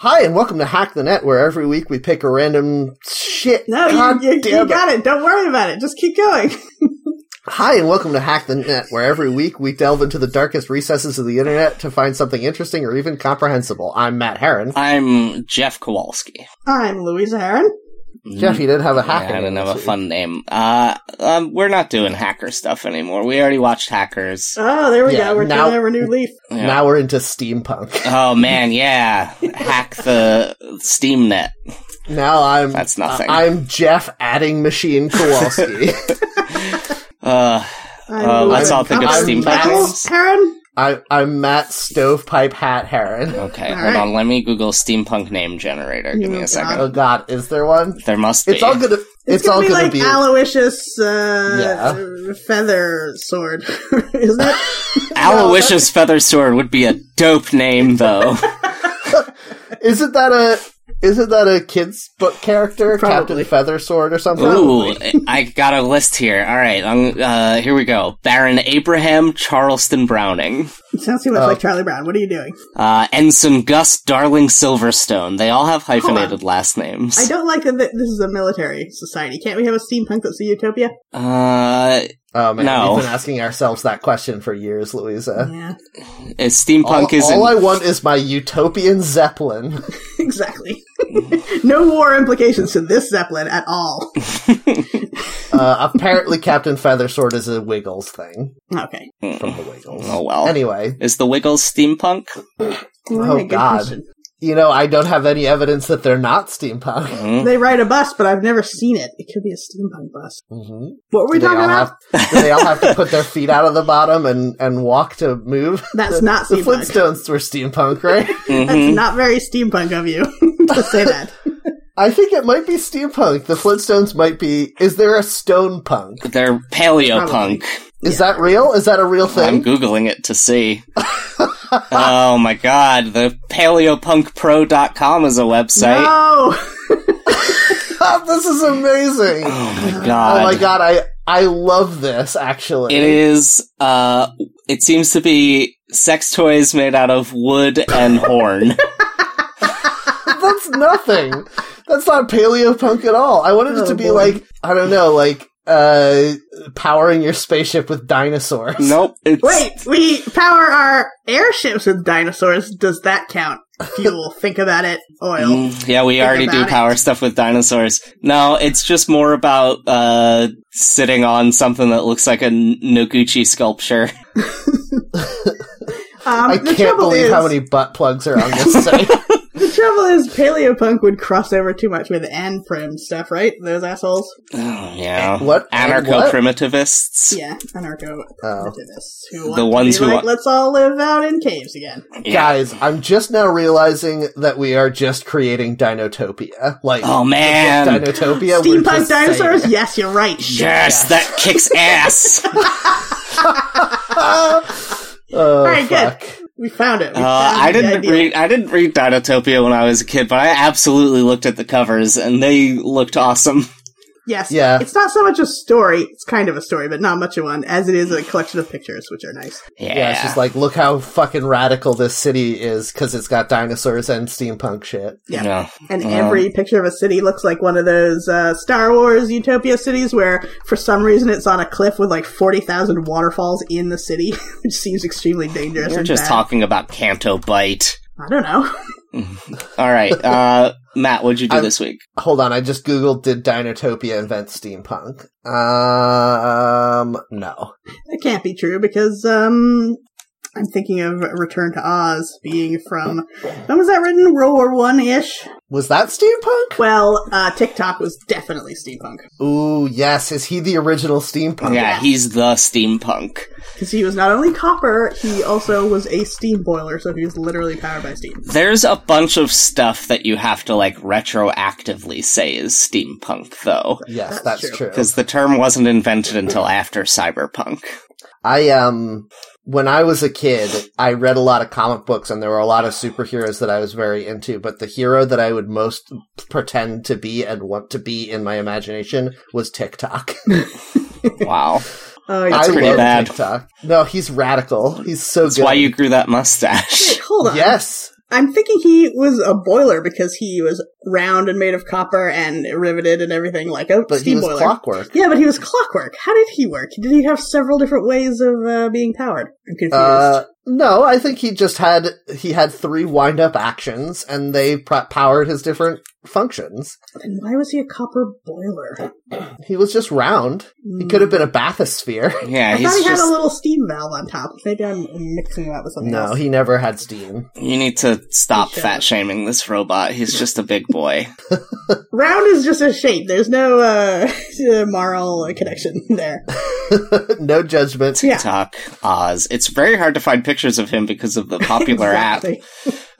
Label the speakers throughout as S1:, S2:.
S1: Hi, and welcome to Hack the Net, where every week we pick a random shit.
S2: No,
S1: God
S2: you, you,
S1: damn
S2: you got it. Don't worry about it. Just keep going.
S1: Hi, and welcome to Hack the Net, where every week we delve into the darkest recesses of the internet to find something interesting or even comprehensible. I'm Matt Heron.
S3: Um, I'm Jeff Kowalski.
S2: I'm Louisa Heron.
S1: Jeff, you didn't have a
S3: I
S1: hack.
S3: had
S1: in there
S3: another
S1: this
S3: fun name. Uh, um, we're not doing hacker stuff anymore. We already watched Hackers.
S2: Oh, there we
S1: Yeah,
S2: go. We're
S1: now-
S2: turning over a new leaf.
S1: week.
S3: Yeah.
S1: Now we're into steampunk.
S3: Oh man, yeah, hack the Steam net.
S1: Now I'm
S3: That's nothing.
S1: I- I'm Jeff adding machine Kowalski.
S3: Uh,
S2: I'm
S3: uh, let's
S2: Louisa.
S3: all think of
S1: I'm
S3: Steam
S1: Matt.
S2: Michael
S3: names.
S2: Heron.
S1: I, I'm Matt Stovepipe Hat Heron.
S3: Okay,
S2: All
S3: hold
S2: right.
S3: on. Let me Google steampunk name generator. Give me
S2: Oh,
S3: a second.
S1: Oh God, is there one?
S3: There must be.
S1: It's all gonna.
S2: It's,
S1: It's,
S2: gonna
S1: all
S2: be
S1: gonna
S2: like
S1: be.
S2: Aloysius uh, feather sword, isn't it?
S3: Aloysius Feather Sword would be a dope name, though.
S1: Isn't that a? Isn't that a kids book character,
S2: Probably.
S1: Captain Feather Sword or something?
S3: Ooh, I got a list here. All right, I'm, uh, here we go. Baron Abraham Charleston Browning.
S2: Sounds too much
S1: Oh.
S2: like Charlie Brown. What are you doing?
S3: Uh, Ensign Gus Darling Silverstone. They all have
S2: Hold
S3: hyphenated last names.
S2: I don't like that th- this is a military society. Can't we have a steampunk that's a utopia?
S3: Uh,
S1: Oh man,
S3: No.
S1: we've been asking ourselves that question for years, Louisa.
S2: Yeah,
S3: it's steampunk
S1: All,
S3: is
S1: all
S3: in,
S1: I want is my utopian zeppelin.
S2: exactly. no war implications to this zeppelin at all.
S1: uh, apparently, Captain Feathersword is a Wiggles thing
S2: Okay.
S1: from the Wiggles.
S3: Oh, well.
S1: Anyway, Oh,
S3: Is the Wiggles steampunk?
S2: What a good
S1: God.
S2: question.
S1: you know, I don't have any evidence that they're not steampunk.
S3: Hmm?
S2: They ride a bus, but I've never seen it. It could be a steampunk bus.
S1: Mm-hmm.
S2: What were we
S1: they
S2: talking
S1: all
S2: about?
S1: Have, do they all have to put their feet out of the bottom and, and walk to move.
S2: That's
S1: the,
S2: not
S1: the
S2: steampunk.
S1: Flintstones were steampunk, right?
S2: That's
S3: Mhm.
S2: not very steampunk of you to say that.
S1: I think it might be steampunk. The Flintstones might be. Is there a stone punk?
S3: They're paleopunk.
S1: Is that real? Is that a real
S3: I'm
S1: thing?
S3: googling it to see. oh my god, the paleopunkpro.com is a website.
S2: No,
S1: this is amazing.
S3: Oh my
S1: Oh
S3: god.
S1: my god, I I love this actually.
S3: It is uh it seems to be sex toys made out of wood and horn.
S1: That's nothing. That's not paleopunk at all. I wanted
S2: Oh,
S1: it to be
S2: boy.
S1: like I don't know, like uh powering your spaceship with dinosaurs.
S3: nope. It's
S2: wait. We power our airships with dinosaurs. Does that count? Fuel. Think about it. Oil.
S3: Mm, yeah, we
S2: Think
S3: already do
S2: about it.
S3: power stuff with dinosaurs. No, it's just more about uh sitting on something that looks like a N- Noguchi sculpture.
S2: Um,
S1: I
S2: the
S1: can't
S2: trouble
S1: believe
S2: is,
S1: how many butt plugs are on this site.
S2: The trouble is, paleopunk would cross over too much with and prim stuff, right? Those assholes.
S3: Oh, yeah.
S1: What?
S3: Anarcho primitivists.
S2: Yeah, anarcho
S1: Oh.
S2: activists who want
S3: The ones
S2: to be
S3: who
S2: like,
S3: wa-
S2: let's all live out in caves again.
S1: Guys, I'm just now realizing that we are just creating Dinotopia. Like
S3: Oh man.
S1: Dinotopia. we're
S2: Steampunk
S1: just
S2: dinosaurs?
S1: saying it.
S2: Yes, you're right. Shit.
S3: Yes, that kicks ass.
S1: Ah! Oh,
S2: All right, good.
S1: fuck.
S2: We found it. We
S3: Uh,
S2: found
S3: I
S2: the
S3: didn't
S2: ideal.
S3: read. I didn't read Dinotopia when I was a kid, but I absolutely looked at the covers, and they looked awesome.
S2: Yes.
S1: Yeah.
S2: It's not so much a story. It's kind of a story, but not much of one, as it is a collection of pictures, which are nice.
S3: Yeah,
S1: Yeah, it's just like look how fucking radical this city is because it's got dinosaurs and steampunk shit.
S2: yeah.
S3: No.
S2: And
S3: Wow.
S2: every picture of a city looks like one of those uh, Star Wars Utopia cities where, for some reason, it's on a cliff with like 40,000 waterfalls in the city, which seems extremely dangerous.
S3: we're
S2: and
S3: just
S2: bad.
S3: talking about Canto Bite.
S2: I don't know.
S3: All right, uh, Matt, what'd you do
S1: I'm-
S3: this week?
S1: Hold on, I just googled did Dinotopia invent steampunk? Um, no.
S2: It can't be true because um, I'm thinking of Return to Oz being from when was that written? World War One ish.
S1: Was that steampunk?
S2: Well, uh, TikTok was definitely steampunk
S1: Ooh, yes. Is he the original steampunk?
S3: Yeah, he's the steampunk.
S2: because he was not only copper, he also was a steam boiler, so he was literally powered by steam.
S3: There's a bunch of stuff that you have to like retroactively say is steampunk, though,
S1: Yes,
S2: That's
S1: that's,
S2: true.
S1: true.
S3: because the term wasn't invented until after cyberpunk.
S1: I um when I was a kid, I read a lot of comic books and there were a lot of superheroes that I was very into, but the hero that I would most pretend to be and want to be in my imagination was TikTok.
S3: Wow,
S2: Oh,
S1: I
S2: yeah.
S3: pretty
S1: love
S3: bad.
S1: TikTok. No, he's radical. He's so
S3: that's
S1: good.
S3: why you grew that mustache.
S2: Wait, hold on.
S1: Yes.
S2: I'm thinking he was a boiler because he was round and made of copper and riveted and everything like a
S1: But he
S2: steam
S1: was
S2: boiler.
S1: clockwork.
S2: yeah, but he was clockwork. How did he work? Did he have several different ways of uh, being powered? I'm confused.
S1: Uh, no, I think he just had he had three wind up actions, and they pr- powered his different functions.
S2: then why was he a copper boiler?
S1: He was just round. He
S2: Mm.
S1: could have been a bathysphere.
S3: Yeah,
S2: I
S3: he's
S2: thought he
S3: just.
S2: had a little steam valve on top. Maybe I'm mixing him up with something
S1: No,
S2: else.
S1: he never had steam.
S3: You need to stop
S2: Sure.
S3: fat shaming this robot. He's just a big boy.
S2: Round is just a shape. There's no uh, moral connection there.
S1: no judgment.
S2: Yeah.
S3: TikTok Oz. It's very hard to find pictures of him because of the popular app
S2: exactly.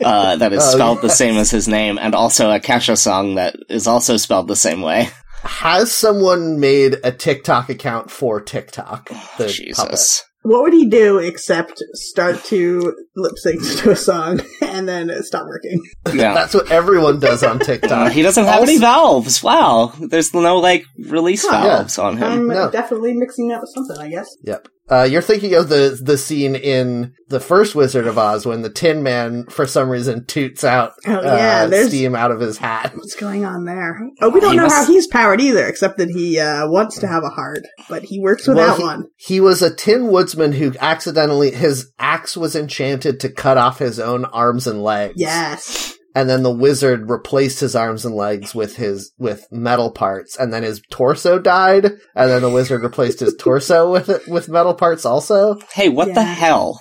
S3: uh, that is
S1: Oh,
S3: spelled the same as his name, and also a Kesha song that is also spelled the same way.
S1: Has someone made a TikTok account for TikTok?
S2: Oh,
S1: The puppet?
S3: Jesus.
S2: What would he do except start to lip sync to a song and then stop working?
S3: Yeah.
S1: That's what everyone does on
S3: Uh,
S1: TikTok.
S3: he doesn't have any valves. Wow. There's no like release
S2: Huh.
S3: valves on him.
S2: I'm
S1: No.
S2: definitely mixing up something, I guess.
S1: Yep. Uh, you're thinking of the the scene in the first Wizard of Oz when the Tin Man, for some reason, toots out
S2: Oh,
S1: uh,
S2: yeah, there's-
S1: steam out of his hat.
S2: What's going on there? Oh, we don't
S3: He
S2: know
S3: must-
S2: how he's powered either, except that he uh, wants to have a heart, but he works
S1: Well,
S2: without
S1: he-
S2: one.
S1: He was a Tin Woodsman who accidentally his axe was enchanted to cut off his own arms and legs.
S2: Yes.
S1: and then the wizard replaced his arms and legs with his with metal parts and then his torso died and then the wizard replaced his torso with it with metal parts also
S3: Hey, what the
S2: Yeah.
S3: hell?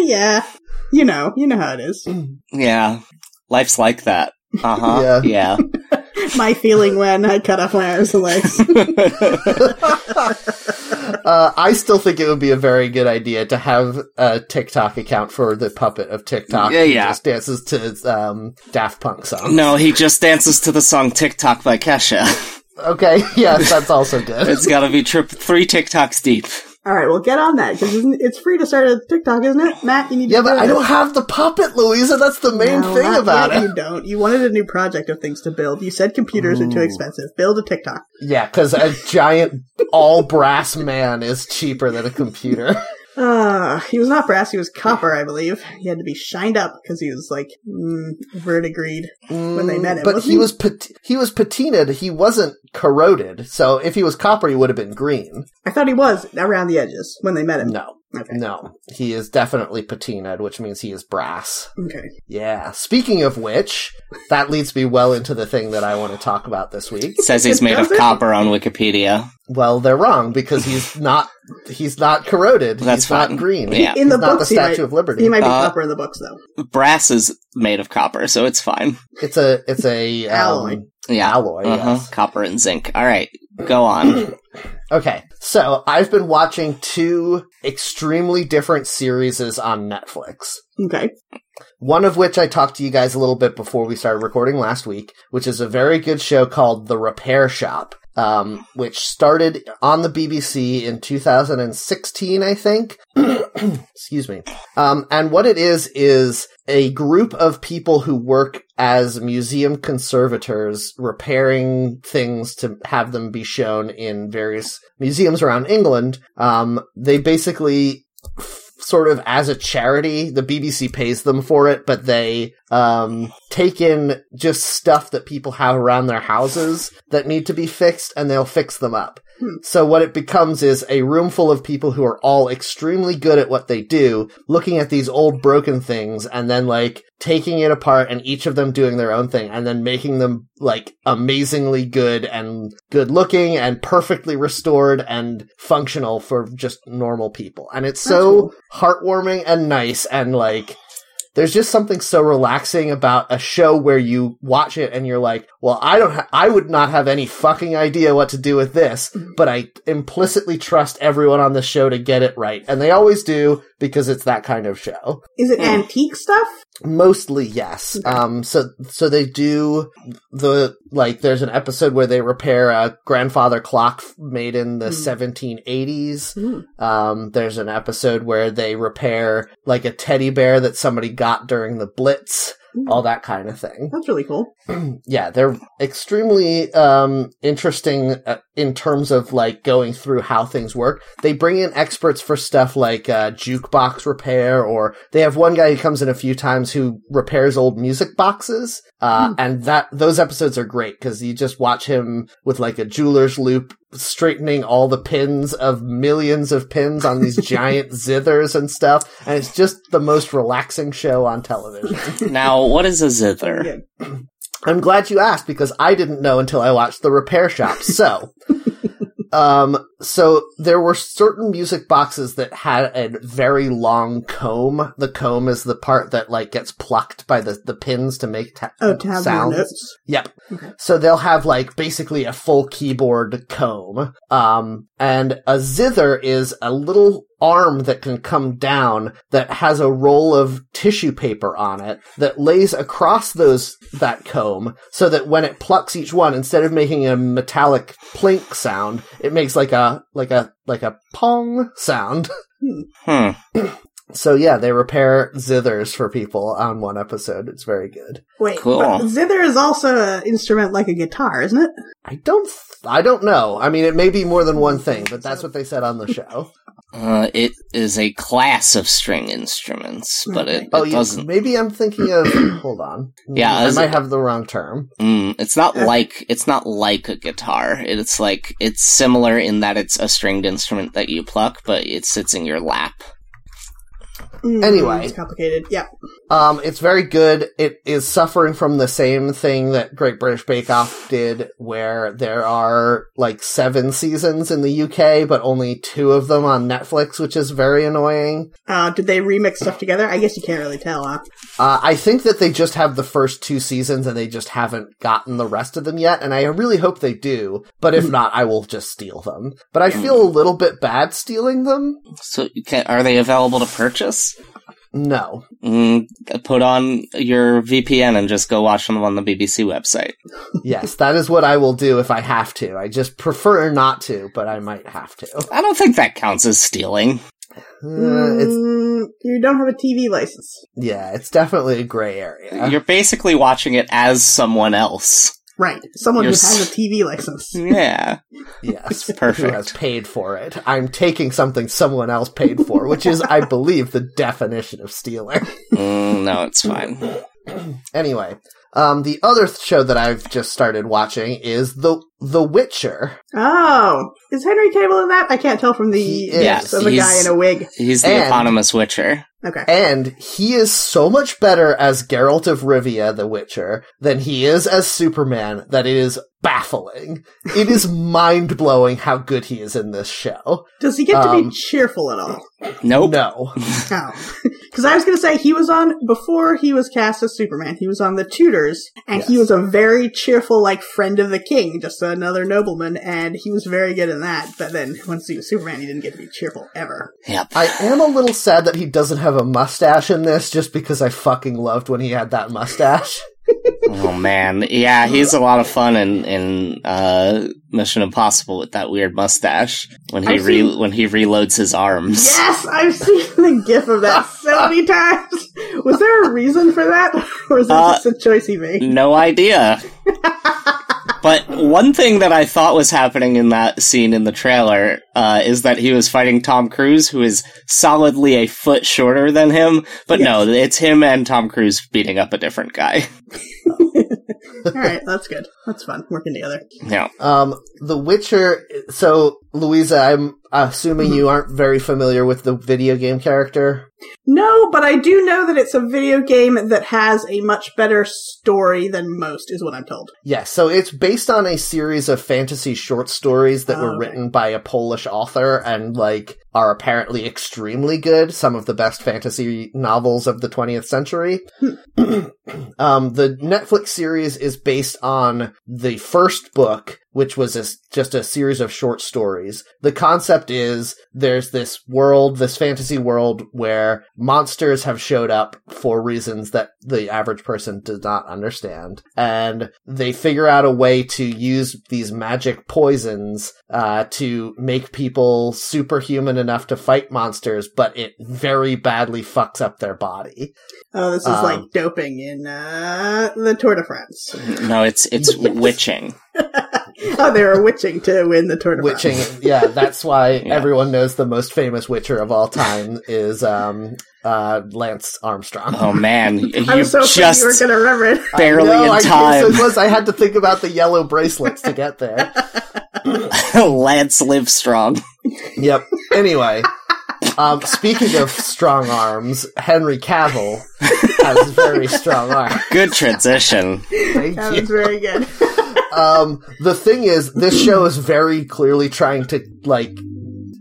S2: yeah. You know, you know how it is.
S3: Yeah. Life's like that. Uh huh. yeah.
S2: My feeling when I cut off my arms and legs.
S1: uh, i still think it would be a very good idea to have a tiktok account for the puppet of tiktok
S3: Yeah,
S1: who
S3: yeah.
S1: just dances to um, daft punk songs
S3: No, he just dances to the song TikTok by Kesha.
S1: okay yes that's also good
S3: It's gotta be trip three TikToks deep.
S2: All right, well, get on that because it's free to start a TikTok, isn't it, Matt? You need
S1: yeah
S2: to
S1: but
S2: do
S1: i
S2: it.
S1: don't have the puppet louisa that's the main
S2: No,
S1: thing
S2: not
S1: about
S2: yet,
S1: it
S2: You don't. You wanted a new project of things to build. You said computers are too
S1: Ooh.
S2: expensive. Build a TikTok.
S1: yeah because a giant all brass man is cheaper than a computer
S2: Uh, he was not brass. He was copper, I believe. He had to be shined up because he was like mm, verdigreed.
S1: when
S2: they met him,
S1: But
S2: wasn't
S1: he
S2: he?
S1: was pat- he was patinaed. He wasn't corroded. So if he was copper, he would have been green.
S2: I thought he was around the edges when they met him.
S1: No,
S2: Okay.
S1: no, he is definitely patinaed, which means he is brass.
S2: Okay.
S1: Yeah. Speaking of which, that leads me well into the thing that I want to talk about this week.
S3: Says he's
S2: It
S3: made of
S2: doesn't-
S3: copper on Wikipedia.
S1: Well, they're wrong because he's not he's not corroded.
S3: That's
S1: he's
S3: fine.
S1: not green.
S3: Yeah.
S2: In the
S1: He's not the
S2: books, he might-
S1: Statue of Liberty.
S2: He might be
S3: Uh,
S2: copper in the books, though.
S3: Brass is made of copper, so it's fine.
S1: It's a it's a um,
S2: Alloy.
S3: Yeah.
S1: Alloy.
S3: Uh-huh.
S1: Yes.
S3: Copper and zinc. All right, go on.
S1: Okay, so I've been watching two extremely different series on Netflix.
S2: Okay.
S1: One of which I talked to you guys a little bit before we started recording last week, which is a very good show called The Repair Shop, um, which started on the BBC in 2016, I think. Excuse me. Um, and what it is, is a group of people who work as museum conservators repairing things to have them be shown in various museums around England. Um, they basically sort of as a charity. The BBC pays them for it, but they um, take in just stuff that people have around their houses that need to be fixed, and they'll fix them up.
S2: Hmm.
S1: So what it becomes is a room full of people who are all extremely good at what they do, looking at these old broken things and then like taking it apart and each of them doing their own thing and then making them like amazingly good and good looking and perfectly restored and functional for just normal people. And it's
S2: That's
S1: so
S2: cool.
S1: heartwarming and nice and like there's just something so relaxing about a show where you watch it and you're like, well, I don't, ha- I would not have any fucking idea what to do with this, but I implicitly trust everyone on the show to get it right. And they always do because it's that kind of show
S2: Is it
S3: Hmm.
S2: antique stuff?
S1: mostly yes um so so they do the like there's an episode where they repair a grandfather clock f- made in the
S2: Hmm.
S1: 1780s
S2: Hmm.
S1: um there's an episode where they repair like a teddy bear that somebody got during the blitz all that kind of thing.
S2: That's really cool.
S1: yeah, they're extremely um, interesting uh, in terms of like going through how things work. They bring in experts for stuff like uh, jukebox repair, or they have one guy who comes in a few times who repairs old music boxes, uh, and that those episodes are great because you just watch him with like a jeweler's loop straightening all the pins of millions of pins on these giant zithers and stuff and it's just the most relaxing show on television
S3: Now, what is a zither?
S2: Yeah.
S1: I'm glad you asked because I didn't know until I watched the repair shop. So, um, so there were certain music boxes that had a very long comb. The comb is the part that like gets plucked by the, the pins to make ta-
S2: Oh, to have your
S1: sounds.
S2: notes.
S1: Yep. So they'll have like basically a full keyboard comb. Um, and a zither is a little arm that can come down that has a roll of tissue paper on it that lays across those, that comb so that when it plucks each one, instead of making a metallic plink sound, it makes like a, like a, like a pong sound.
S3: Hmm.
S1: So yeah, they repair zithers for people on one episode. It's very good.
S2: Wait,
S3: Cool.
S2: but zither is also an instrument like a guitar, isn't it?
S1: I don't. Th- I don't know. I mean, it may be more than one thing, but that's what they said on the show.
S3: Uh, it is a class of string instruments, but it,
S1: Oh,
S3: it
S1: you,
S3: doesn't.
S1: maybe I'm thinking of. hold on.
S3: Yeah,
S1: I
S3: is
S1: might
S3: it-
S1: have the wrong term.
S3: Mm, it's not like it's not like a guitar. It's like it's similar in that it's a stringed instrument that you pluck, but it sits in your lap.
S2: Mm,
S1: Anyway.
S2: it's complicated. Yeah,
S1: Um, it's very good. It is suffering from the same thing that Great British Bake Off did, where there are like seven seasons in the UK, but only two of them on Netflix, which is very annoying.
S2: uh, did they remix stuff together? I guess you can't really tell. Huh?
S1: Uh, I think that they just have the first two seasons and they just haven't gotten the rest of them yet, and I really hope they do, but
S3: Hmm.
S1: if not, I will just steal them. But I feel a little bit bad stealing them.
S3: So, you can, are they available to purchase?
S1: No.
S3: Mm, put on your VPN and just go watch them on the BBC website.
S1: Yes, that is what I will do if I have to. I just prefer not to, but I might have to.
S3: I don't think that counts as stealing.
S1: Uh,
S3: Hmm.
S1: it's,
S2: Mm, you don't have a TV license,
S1: yeah, it's definitely a gray area.
S3: You're basically watching it as someone else.
S2: right? Someone
S3: You're
S2: who has
S3: s-
S2: a TV license.
S1: Hmm.
S3: Yeah.
S1: Yes. Who
S3: perfect.
S1: has paid for it. I'm taking something someone else paid for, which is, I believe, the definition of stealing.
S3: Mm, no, it's fine.
S1: Anyway, um, the other th- show that I've just started watching is the The Witcher,
S2: Oh, is Henry Cable in that? I can't tell from the
S1: He
S2: yes,
S1: is.
S2: of a guy
S3: He's-
S2: in a wig.
S3: He's the
S1: And-
S3: eponymous Witcher.
S2: Okay,
S1: and he is so much better as Geralt of Rivia, the Witcher, than he is as Superman. That it is baffling. It is mind blowing how good he is in this show.
S2: does he get to
S1: um,
S2: be cheerful at all?
S3: Nope.
S1: No,
S2: Oh, because I was going to say he was on before he was cast as Superman. He was on The Tudors, and he
S1: Yes.
S2: was a very cheerful, like friend of the king, just another nobleman, and he was very good in that. But then once he was Superman, he didn't get to be cheerful ever.
S3: Yep.
S1: I am a little sad that he doesn't have a mustache in this, just because I fucking loved when he had that mustache.
S3: Oh man. Yeah, he's a lot of fun in in uh, Mission Impossible with that weird mustache when he
S2: I've
S3: re-
S2: seen-
S3: when he reloads his arms.
S2: Yes, I've seen the gif of that so many times. Was there a reason for that, or is that
S3: Uh,
S2: just a choice he made?
S3: No idea. but one thing that I thought was happening in that scene in the trailer uh, is that he was fighting Tom Cruise, who is solidly a foot shorter than him. But no, it's him and Tom Cruise beating up a different guy.
S2: All right, that's good. That's fun working together.
S3: Yeah.
S1: Um, The Witcher. So, Louisa, I'm assuming you aren't very familiar with the video game character.
S2: No, but I do know that it's a video game that has a much better story than most, is what I'm told.
S1: Yes. So it's based on a series of fantasy short stories that
S2: Oh,
S1: were
S2: okay.
S1: written by a Polish author and like are apparently extremely good. Some of the best fantasy novels of the 20th century. um, the Netflix series is based on the first book which was a, just a series of short stories. The concept is there's this world, this fantasy world where monsters have showed up for reasons that the average person does not understand. And they figure out a way to use these magic poisons uh, to make people superhuman enough to fight monsters, but it very badly fucks up their body.
S2: Oh, this is
S1: Um,
S2: like doping in uh, the Tour de France.
S3: No, it's it's witching.
S2: Oh, they were witching to win the Tour de
S1: Witching,
S2: France.
S1: yeah, that's why
S3: Yeah.
S1: everyone knows the most famous witcher of all time is um, uh, Lance Armstrong.
S3: Oh man, you
S2: I'm so afraid
S3: just
S2: you were going to remember it.
S3: barely
S1: No, I guess
S3: in time.
S1: it was. I had to think about the yellow bracelets to get there.
S3: Lance Livestrong.
S1: Yep. Anyway, um, speaking of strong arms, Henry Cavill has very strong arms.
S3: Good transition.
S1: Thank
S2: That
S1: you.
S2: was very good.
S1: Uh, um, the thing is, this show is very clearly trying to like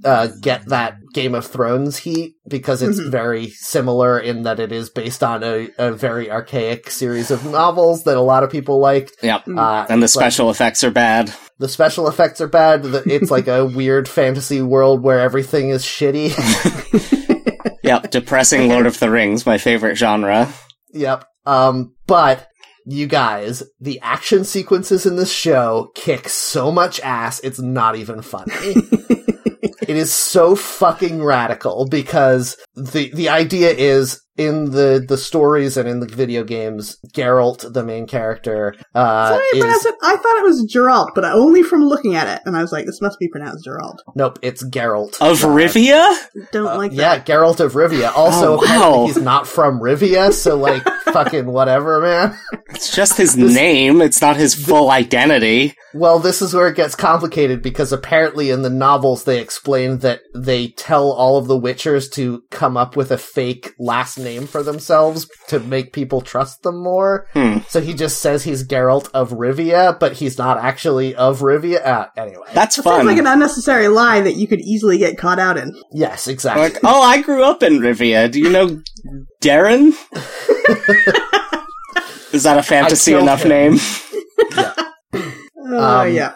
S1: uh, get that Game of Thrones heat because it's very similar in that it is based on a, a very archaic series of novels that a lot of people liked.
S3: Yep.
S1: Uh,
S3: And the
S1: but-
S3: special effects are bad.
S1: the special effects are bad. the- It's like a weird fantasy world where everything is shitty.
S3: Yep. Depressing Lord of the Rings, my favorite genre.
S1: yep. Um, but you guys, the action sequences in this show kick so much ass, it's not even funny. it is so fucking radical because the the idea is in the the stories and in the video games, Geralt, the main character, uh,
S2: Somebody
S1: is
S2: pronounced it- I thought it was Geralt, but only from looking at it. And I was like, this must be pronounced Geralt.
S1: nope, it's Geralt.
S3: Of Rivia?
S2: Don't like that.
S1: Uh, yeah, Geralt of Rivia. Also,
S3: Oh, wow.
S1: apparently he's not from Rivia, so like fucking whatever, man.
S3: It's just his name, it's not his full identity.
S1: Well, this is where it gets complicated because apparently in the novels they explain that they tell all of the Witchers to come up with a fake last name for themselves to make people trust them more.
S3: Hmm.
S1: So he just says he's Geralt of Rivia, but he's not actually of Rivia. Uh, anyway,
S3: That's
S2: It's
S3: fun.
S2: like an unnecessary lie that you could easily get caught out in.
S1: yes, exactly.
S3: Like, oh, I grew up in Rivia. Do you know Darren? Is that a fantasy
S1: killed
S3: enough
S1: him.
S3: name?
S2: Oh,
S1: Um,
S2: yeah.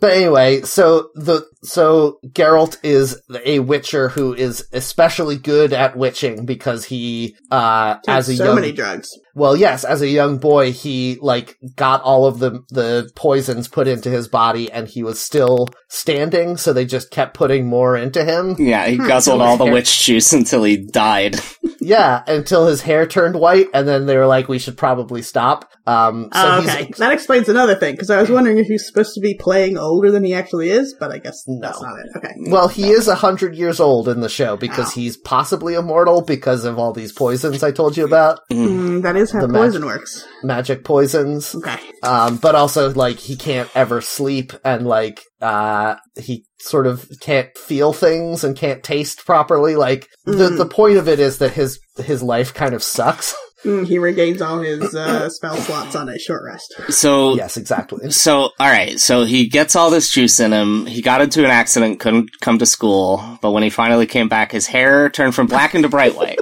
S1: But anyway, so the so Geralt is a witcher who is especially good at witching because he uh as a
S2: so
S1: young
S2: many drugs.
S1: well yes as a young boy he like got all of the the poisons put into his body and he was still standing so they just kept putting more into him
S3: Yeah,
S2: Hmm,
S3: he guzzled all the witch juice until he died.
S1: yeah until his hair turned white and then they were like we should probably stop um so
S2: oh,
S1: he's
S2: okay. That explains another thing, because I was wondering if he's supposed to be playing older than he actually is, but I guess
S1: No.
S2: that's not it. Okay.
S1: Well, he is a hundred years old in the show because he's possibly immortal because of all these poisons I told you about,
S2: Mm, that is how
S1: The magic-
S2: poison works.
S1: magic poisons.
S2: Okay.
S1: Um, but also like he can't ever sleep and like uh he sort of can't feel things and can't taste properly. Like the
S2: Mm.
S1: the point of it is that his his life kind of sucks.
S2: Mm, he regains all his uh, spell slots on a short rest.
S3: So
S1: yes, exactly.
S3: So, all right. So he gets all this juice in him. He got into an accident, couldn't come to school, but when he finally came back, his hair turned from black into bright white.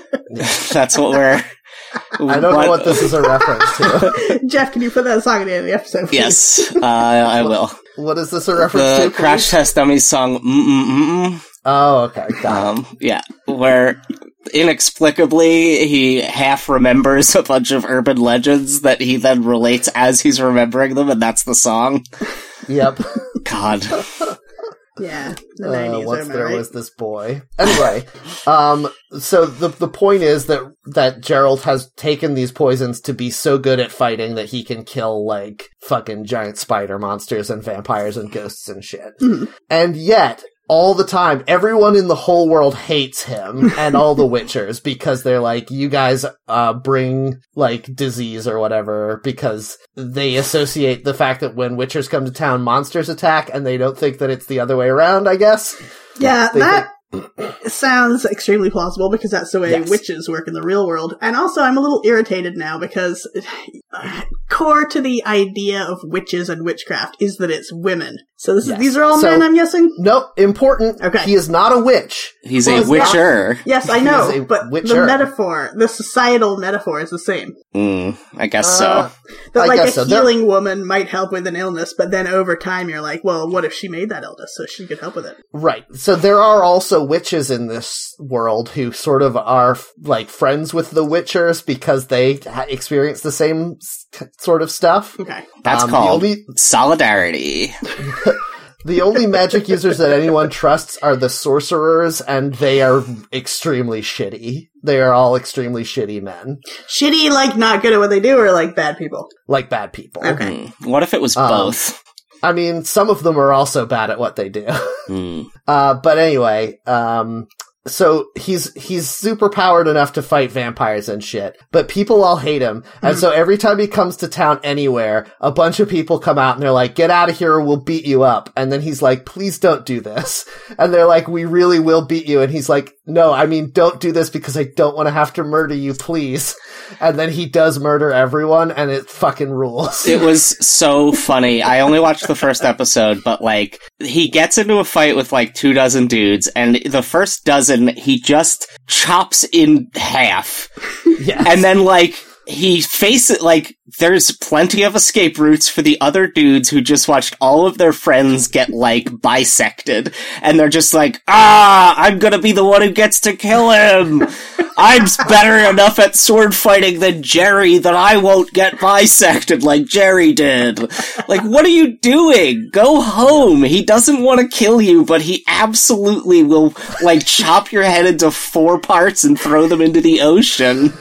S3: That's what we're.
S1: I don't know what this is a reference to.
S2: Jeff, can you put that song at the end of the episode? please?
S3: Yes, uh, I will.
S1: What is this a reference
S3: The
S1: to? please?
S3: Crash Test Dummies song, Mm-mm-mm-mm,
S1: Oh, okay, got it.
S3: um, yeah, where inexplicably he half remembers a bunch of urban legends that he then relates as he's remembering them, and that's the song.
S1: Yep.
S3: God.
S2: Yeah. The
S1: uh,
S2: 90s,
S1: once
S2: am I
S1: there
S2: right?
S1: was this boy. Anyway, um, so the the point is that that Gerald has taken these poisons to be so good at fighting that he can kill like fucking giant spider monsters and vampires and ghosts and shit. And yet, all the time, everyone in the whole world hates him and all the Witchers because they're like, you guys uh, bring like disease or whatever because they associate the fact that when Witchers come to town, monsters attack and they don't think that it's the other way around, I guess.
S2: Yeah,
S1: They
S2: that It sounds extremely plausible because that's the way
S1: Yes.
S2: witches work in the real world. And also, I'm a little irritated now because core to the idea of witches and witchcraft is that it's women. So this is,
S1: Yes.
S2: these are all
S1: So-
S2: men, I'm guessing?
S1: Nope, important.
S2: Okay.
S1: He is not a witch.
S3: He's
S2: Well,
S3: a
S2: it's not-
S3: witcher.
S2: Yes, I
S1: He's
S2: know,
S1: a
S2: but the
S1: witcher.
S2: metaphor, the societal metaphor is the same.
S3: Mm, I guess
S1: Uh,
S3: so.
S2: That
S1: I
S2: like a
S1: guess so. They're-
S2: healing woman might help with an illness, but then over time you're like, well, what if she made that illness so she could help with it?
S1: Right. So there are also witches in this world who sort of are f- like friends with the witchers because they ha- experience the same s- sort of stuff.
S2: Okay.
S3: That's
S1: Um, the
S3: called
S1: only-
S3: solidarity.
S1: The only magic users that anyone trusts are the sorcerers, and they are extremely shitty. They are all extremely shitty men,
S2: Shitty, like not good at what they do, or like bad people.
S1: like bad people.
S2: Okay.
S3: Hmm. What if it was
S1: Um,
S3: both?
S1: I mean, some of them are also bad at what they do.
S3: Hmm.
S1: Uh, but anyway, um, so he's he's super powered enough to fight vampires and shit, but people all hate him, and so every time he comes to town anywhere, a bunch of people come out and they're like, "Get out of here, or we'll beat you up." And then he's like, "Please don't do this," and they're like, "We really will beat you," and he's like, "No, I mean, don't do this because I don't want to have to murder you, please." And then he does murder everyone, and it fucking rules.
S3: It was so funny. I only watched the first episode, but like he gets into a fight with like two dozen dudes, and the first dozen he just chops in half,
S1: yes.
S3: and then like he face it like there's plenty of escape routes for the other dudes who just watched all of their friends get like bisected and they're just like ah i'm gonna be the one who gets to kill him i'm better enough at sword fighting than jerry that i won't get bisected like jerry did like what are you doing go home he doesn't want to kill you but he absolutely will like chop your head into four parts and throw them into the ocean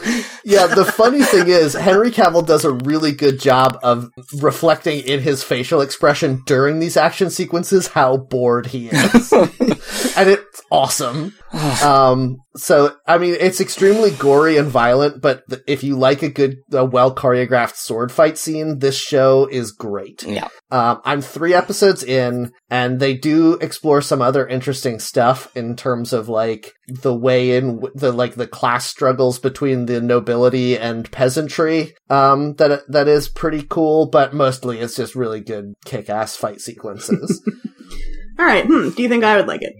S1: Yeah, the funny thing is, Henry Cavill does a really good job of reflecting in his facial expression during these action sequences how bored he is. and it's awesome. Um, so, I mean, it's extremely gory and violent, but th- if you like a good, a well choreographed sword fight scene, this show is great.
S3: yeah
S1: Um, I'm three episodes in, and they do explore some other interesting stuff in terms of like the way in w- the like the class struggles between the nobility and peasantry. Um, that that is pretty cool, but mostly it's just really good kick ass fight sequences.
S2: All right. Hmm. Do you think I would like it?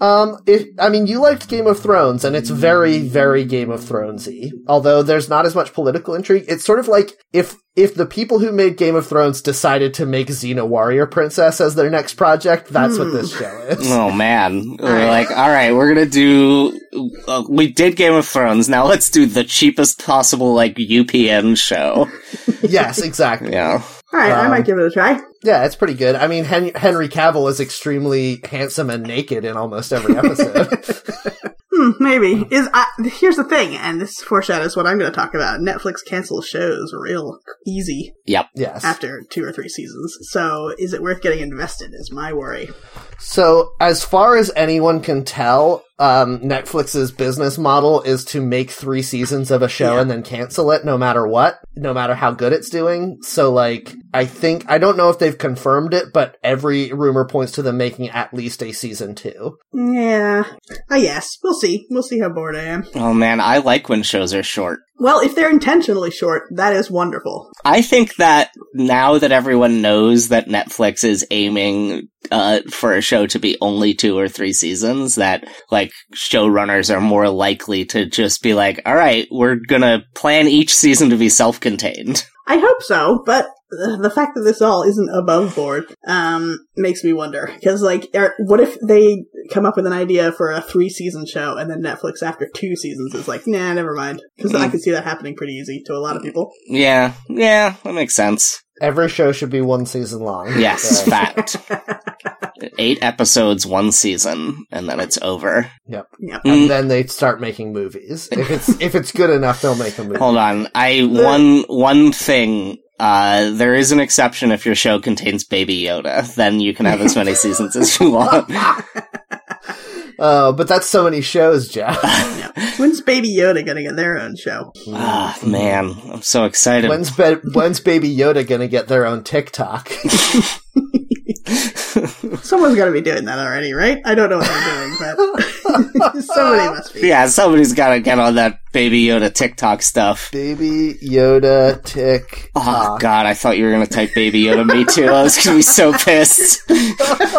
S1: um, if I mean you liked Game of Thrones, and it's very very Game of Thronesy. Although there's not as much political intrigue, it's sort of like if. If the people who made Game of Thrones decided to make Xena Warrior Princess as their next project, that's what this show is.
S3: Oh man, we're
S2: right.
S3: like, all right, we're gonna do. Uh, we did Game of Thrones. Now let's do the cheapest possible like UPN show.
S1: yes, exactly. Yeah.
S3: Yeah,
S2: All right. I
S1: Um,
S2: might give it a try.
S1: it's pretty good. I mean, Hen- Henry Cavill is extremely handsome and naked in almost every episode.
S2: Hmm. Maybe is. I, here's the thing, and this foreshadows what I'm going to talk about. Netflix cancels shows real easy
S1: yes.
S2: after two or three seasons. So is it worth getting invested? Is my worry.
S1: So, as far as anyone can tell, um, Netflix's business model is to make three seasons of a show
S2: Yeah.
S1: and then cancel it no matter what, no matter how good it's doing. So, like, I think, I don't know if they've confirmed it, but every rumor points to them making at least a season two.
S2: Yeah. I yes. We'll see. We'll see how bored I am.
S3: Oh man, I like when shows are short.
S2: Well, if they're intentionally short, that is wonderful.
S3: I think that now that everyone knows that Netflix is aiming uh, for a show to be only two or three seasons, that like showrunners are more likely to just be like, all right, we're gonna plan each season to be self-contained.
S2: I hope so, but uh, the fact that this all isn't above board um, makes me wonder. Because, like, er, what if they come up with an idea for a three season show and then Netflix, after two seasons, is like, nah, never mind? Because
S3: Mm.
S2: I can see that happening pretty easy to a lot of people.
S3: Yeah, yeah, that makes sense.
S1: Every show should be one season long.
S3: Yes,
S1: So,
S3: fact. Eight episodes, one season, and then it's over.
S1: yep.
S2: Yeah.
S3: Mm.
S1: and then they start making movies. If it's if it's good enough, they'll make a movie.
S3: Hold on, I one one thing. Uh, there is an exception if your show contains Baby Yoda, then you can have as many seasons as you want.
S1: Uh, but that's so many shows, Jeff.
S2: Yeah. When's Baby Yoda going to get their own show?
S3: Ah, man, I'm so excited.
S1: When's ba- when's Baby Yoda gonna get their own TikTok?
S2: Someone's got to be doing that already, right? I don't know what they're doing, but Somebody must be.
S3: Yeah, somebody's got to get on that Baby Yoda TikTok stuff.
S1: Baby Yoda tick.
S3: Oh God, I thought you were gonna type Baby Yoda. Me too. I was gonna be so pissed.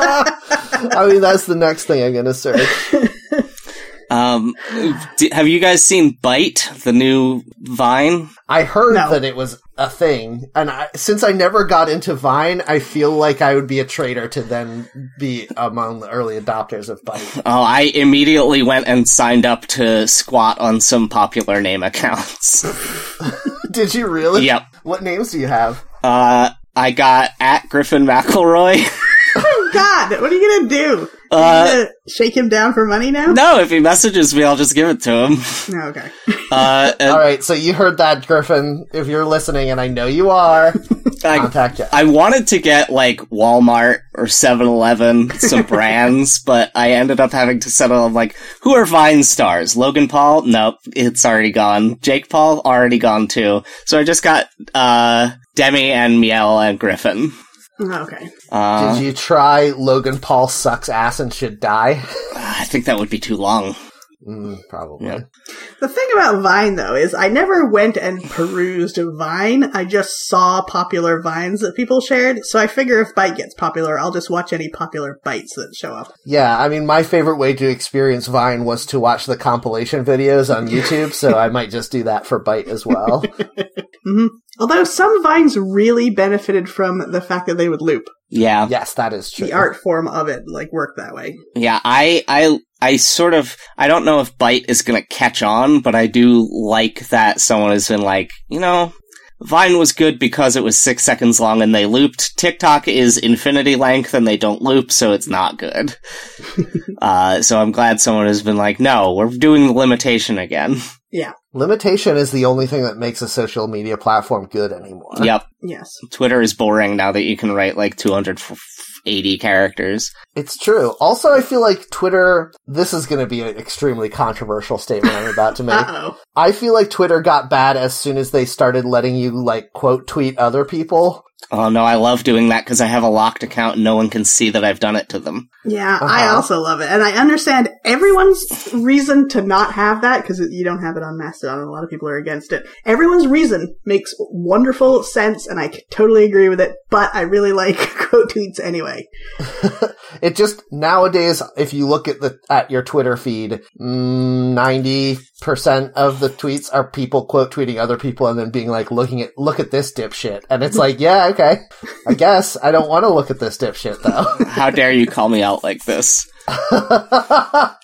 S1: I mean, that's the next thing I'm gonna search.
S3: Um, d- have you guys seen Bite, the new Vine?
S1: I heard
S2: No.
S1: that it was a thing, and I, since I never got into Vine, I feel like I would be a traitor to then be among the early adopters of Bite.
S3: Oh, I immediately went and signed up to squat on some popular name accounts.
S1: Did you really?
S3: yep.
S1: What names do you have?
S3: Uh, I got at Griffin McElroy.
S2: Oh God, what are you gonna do? Are
S3: Uh,
S2: you gonna shake him down for money now?
S3: no, if he messages me, I'll just give it to him.
S2: No, okay.
S3: Uh, and
S1: All right, so you heard that, Griffin. If you're listening, and I know you are,
S3: I,
S1: contact Jeff.
S3: I wanted to get like Walmart or 7-Eleven, some brands, but I ended up having to settle on like, who are Vine stars? Logan Paul? Nope, it's already gone. Jake Paul? Already gone too. So I just got, uh, Demi and Miel and Griffin.
S2: Okay.
S3: Uh,
S1: Did you try Logan Paul sucks ass and should die?
S3: I think that would be too long.
S1: Mm, probably.
S3: Yeah.
S2: The thing about Vine though is I never went and perused Vine. I just saw popular Vines that people shared. So I figure if Bite gets popular, I'll just watch any popular bites that show up.
S1: Yeah, I mean, my favorite way to experience Vine was to watch the compilation videos on YouTube, so I might just do that for Bite as well.
S2: hmm Although some Vines really benefited from the fact that they would loop.
S3: Yeah.
S1: yes, that is true.
S2: The art form of it like worked that way.
S3: Yeah, I, I, I sort of, I don't know if Bite is gonna catch on, but I do like that someone has been like, you know, Vine was good because it was six seconds long and they looped. TikTok is infinity length and they don't loop, so it's not good. uh, so I'm glad someone has been like, no, we're doing the limitation again.
S1: Limitation is the only thing that makes a social media platform good anymore.
S3: yep.
S2: Yes.
S3: Twitter is boring now that you can write like 280 characters.
S1: It's true. Also, I feel like Twitter, this is going to be an extremely controversial statement I'm about to make.
S2: Uh oh.
S1: I feel like Twitter got bad as soon as they started letting you, like, quote tweet other people.
S3: Oh no, I love doing that because I have a locked account and no one can see that I've done it to them.
S2: Yeah, I
S1: Uh-huh.
S2: also love it. And I understand everyone's reason to not have that because you don't have it on Mastodon and a lot of people are against it. Everyone's reason makes wonderful sense and I c- totally agree with it, but I really like quote tweets anyway.
S1: It just nowadays, if you look at the at your Twitter feed, mm, ninety percent of the tweets are people quote tweeting other people and then being like, "Looking at look at this dipshit," and it's like, "Yeah, okay, I guess I don't want to look at this dipshit
S3: How dare you call me out like this?
S1: though."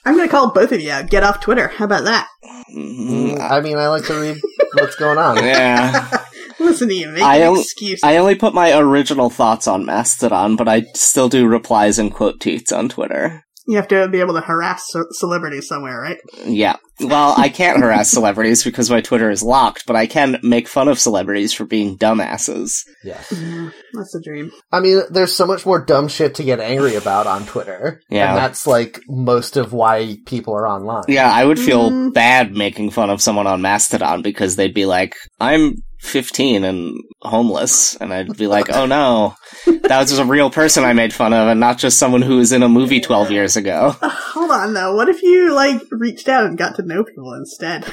S2: I'm going to call both of you out. Get off Twitter. How about that?
S3: Mm,
S1: I mean, I like to read what's going on.
S3: Yeah.
S2: Listen to you. Make
S3: I
S2: an
S3: don't-
S2: excuse.
S3: I only put my original thoughts on Mastodon, but I still do replies and quote tweets on Twitter.
S2: you have to be able to harass ce- celebrities somewhere, right?
S3: Yeah. Well, I can't harass celebrities because my Twitter is locked, but I can make fun of celebrities for being dumbasses.
S1: Yeah,
S2: Yeah, that's the dream.
S1: I mean, there's so much more dumb shit to get angry about on Twitter.
S3: Yeah.
S1: and that's like most of why people are online.
S3: Yeah, I would feel
S2: Mm.
S3: bad making fun of someone on Mastodon because they'd be like, I'm 15 and homeless. And I'd be like, oh no, that was a real person I made fun of and not just someone who was in a movie 12 years ago.
S2: Uh, hold on though. What if you like reached out and got to know people instead?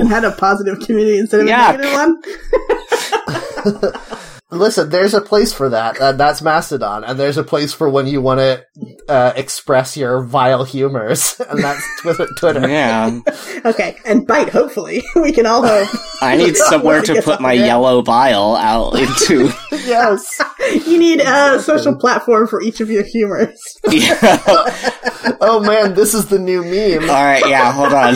S2: and had a positive community instead of
S3: Yuck.
S2: a negative one?
S1: Listen, there's a place for that. Uh, that's Mastodon, and there's a place for when you want to uh, express your vile humors, and that's Twitter. Twitter.
S3: Yeah.
S2: Okay, and bite. Hopefully, we can all hope.
S3: I need somewhere to put my yellow bile out into.
S1: yes,
S2: you need a social platform for each of your humors.
S1: Oh man, this is the new meme.
S3: All right, yeah, hold on.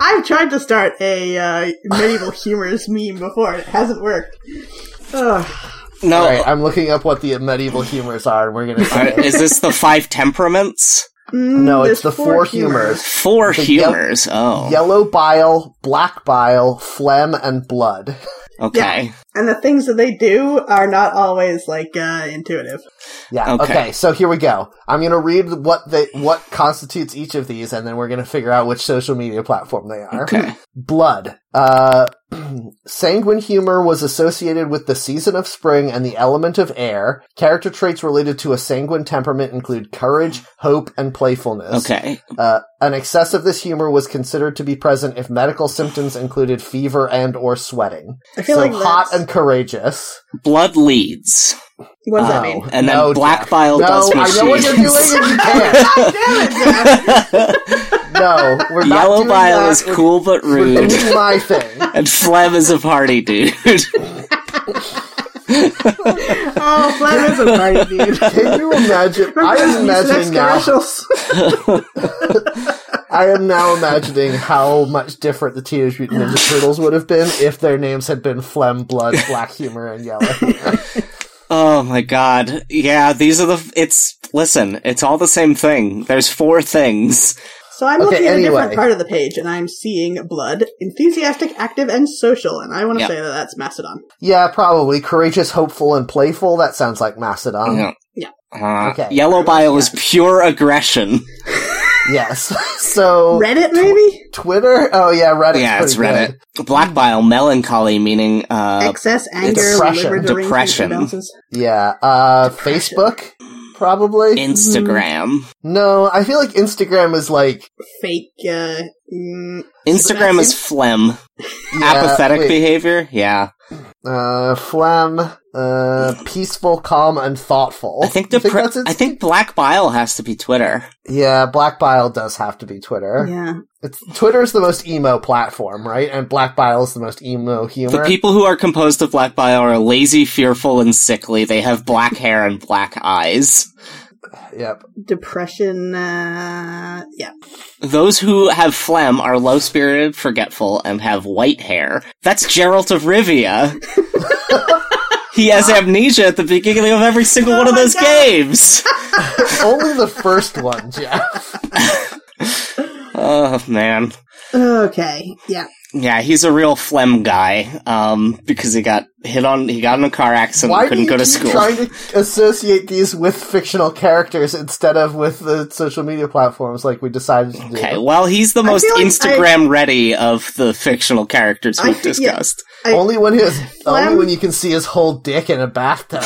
S2: I've tried to start a uh, medieval humors meme before, and it hasn't worked. Ugh.
S3: No,
S1: All right, I'm looking up what the medieval humors are, and we're gonna
S3: all right,
S1: say
S3: is this the five temperaments?
S2: Mm,
S1: no. It's
S2: there's
S1: the four, humors:
S3: Four
S1: The yel-
S3: humors. oh,
S1: yellow bile, black bile, phlegm, and blood.
S3: okay.
S2: and the things that they do are not always like uh, intuitive.
S1: Yeah.
S3: Okay.
S1: Okay. So here we go. I'm going to read what they what constitutes each of these, and then we're going to figure out which social media platform they are.
S3: Okay.
S1: Blood. Uh, sanguine humor was associated with the season of spring and the element of air. Character traits related to a sanguine temperament include courage, hope, and playfulness.
S3: Okay.
S1: Uh, an excess of this humor was considered to be present if medical symptoms included fever and or sweating.
S2: I feel
S1: so
S2: like
S1: hot
S2: that's-
S1: and courageous.
S3: Blood leads.
S2: What does that
S1: Oh,
S2: mean?
S3: And then
S1: no,
S3: black
S1: Jack.
S3: bile
S1: no,
S3: does
S1: I know what you're doing
S3: machines.
S1: and you can't.
S2: God damn it, Zach.
S1: No, we're not
S3: Yellow
S1: doing
S3: bile
S1: that.
S3: is
S1: We're-
S3: cool but
S1: We're
S3: rude.
S1: doing my thing.
S3: and phlegm is a party dude.
S2: Oh, Flav is a party dude.
S1: Can you imagine? I am imagining now.
S2: commercials.
S1: I am now imagining how much different the Teenage Mutant Ninja Turtles would have been if their names had been Phlegm, Blood, Black Humor, and Yellow.
S3: oh my god. Yeah, these are the. It's. Listen, it's all the same thing. There's four things.
S2: So I'm
S1: Okay,
S2: looking at a different
S1: anyway.
S2: part of the page, and I'm seeing blood, enthusiastic, active, and social, and I want to
S3: Yeah.
S2: say that that's Macedon.
S1: Yeah, probably courageous, hopeful, and playful. That sounds like Macedon.
S3: Yeah.
S2: Yeah.
S3: Uh,
S1: Uh-huh. Okay.
S3: Yellow bile is pure aggression.
S1: Yes. So
S2: Reddit, maybe?
S1: Twitter. Oh yeah, Reddit.
S3: yeah, it's Reddit. Black bile, melancholy, meaning uh,
S2: Excess anger,
S1: depression.
S2: liver derangement,
S3: Depression.
S2: imbalances.
S1: Yeah. Uh, Facebook. Probably.
S3: Instagram.
S1: no, I feel like Instagram is like
S2: fake. Uh, mm,
S3: Instagram is phlegm.
S1: Mm-hmm. yeah,
S3: Apathetic
S1: wait.
S3: behavior. Yeah,
S1: Uh, phlegm, uh, peaceful, calm, and thoughtful.
S3: I think the.
S1: that's it?
S3: I think black bile has to be Twitter.
S1: yeah, Black Bile does have to be Twitter.
S2: yeah,
S1: It's Twitter's the most emo platform, right? And Black Bile is the most emo humor.
S3: The people who are composed of black bile are lazy, fearful, and sickly. They have black hair and black eyes.
S1: yep.
S2: depression. Uh, yeah,
S3: Those who have phlegm are low spirited, forgetful, and have white hair. That's Geralt of Rivia. he has amnesia at the beginning of every single one of
S2: Oh my
S3: those
S2: God.
S3: games.
S1: Only the first one, Jeff.
S3: Oh man.
S2: okay, yeah.
S3: Yeah, he's a real phlegm guy. Um, because he got hit on, he got in a car accident,
S1: Why do
S3: couldn't
S1: you
S3: go to
S1: keep
S3: school.
S1: trying to associate these with fictional characters instead of with the social media platforms like we decided to do?
S3: Okay, well, he's the most
S2: feel like I-
S3: Instagram ready of the fictional characters
S2: I
S3: we've
S2: fe- yeah.
S3: discussed.
S2: I-
S1: only when his,
S2: Phlegm-
S1: only when you can see his whole dick in a bathtub.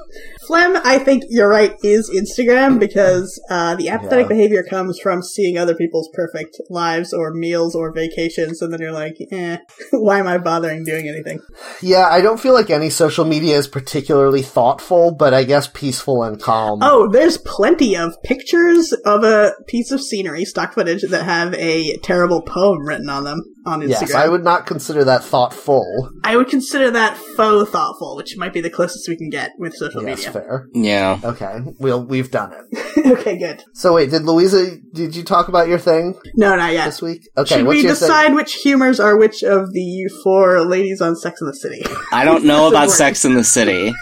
S2: Phlegm, I think you're right, is Instagram because uh, the apathetic
S1: Yeah.
S2: behavior comes from seeing other people's perfect lives or meals or vacations, and then you're like, eh, why am I bothering doing anything?
S1: yeah, I don't feel like any social media is particularly thoughtful, but I guess peaceful and calm.
S2: Oh, there's plenty of pictures of a piece of scenery, stock footage, that have a terrible poem written on them on Instagram.
S1: yes, I would not consider that thoughtful.
S2: I would consider that faux thoughtful, which might be the closest we can get with social
S1: Yes,
S2: media.
S1: fair.
S3: Yeah.
S1: Okay, we'll we've done it.
S2: okay, good.
S1: So wait, did Louisa? Did you talk about your thing
S2: No, not yet.
S1: this week? Okay,
S2: Should
S1: what's
S2: we
S1: your
S2: decide which humors are which of the four ladies on Sex in the City?
S3: I don't know about
S2: work.
S3: Sex in the City.
S1: thing?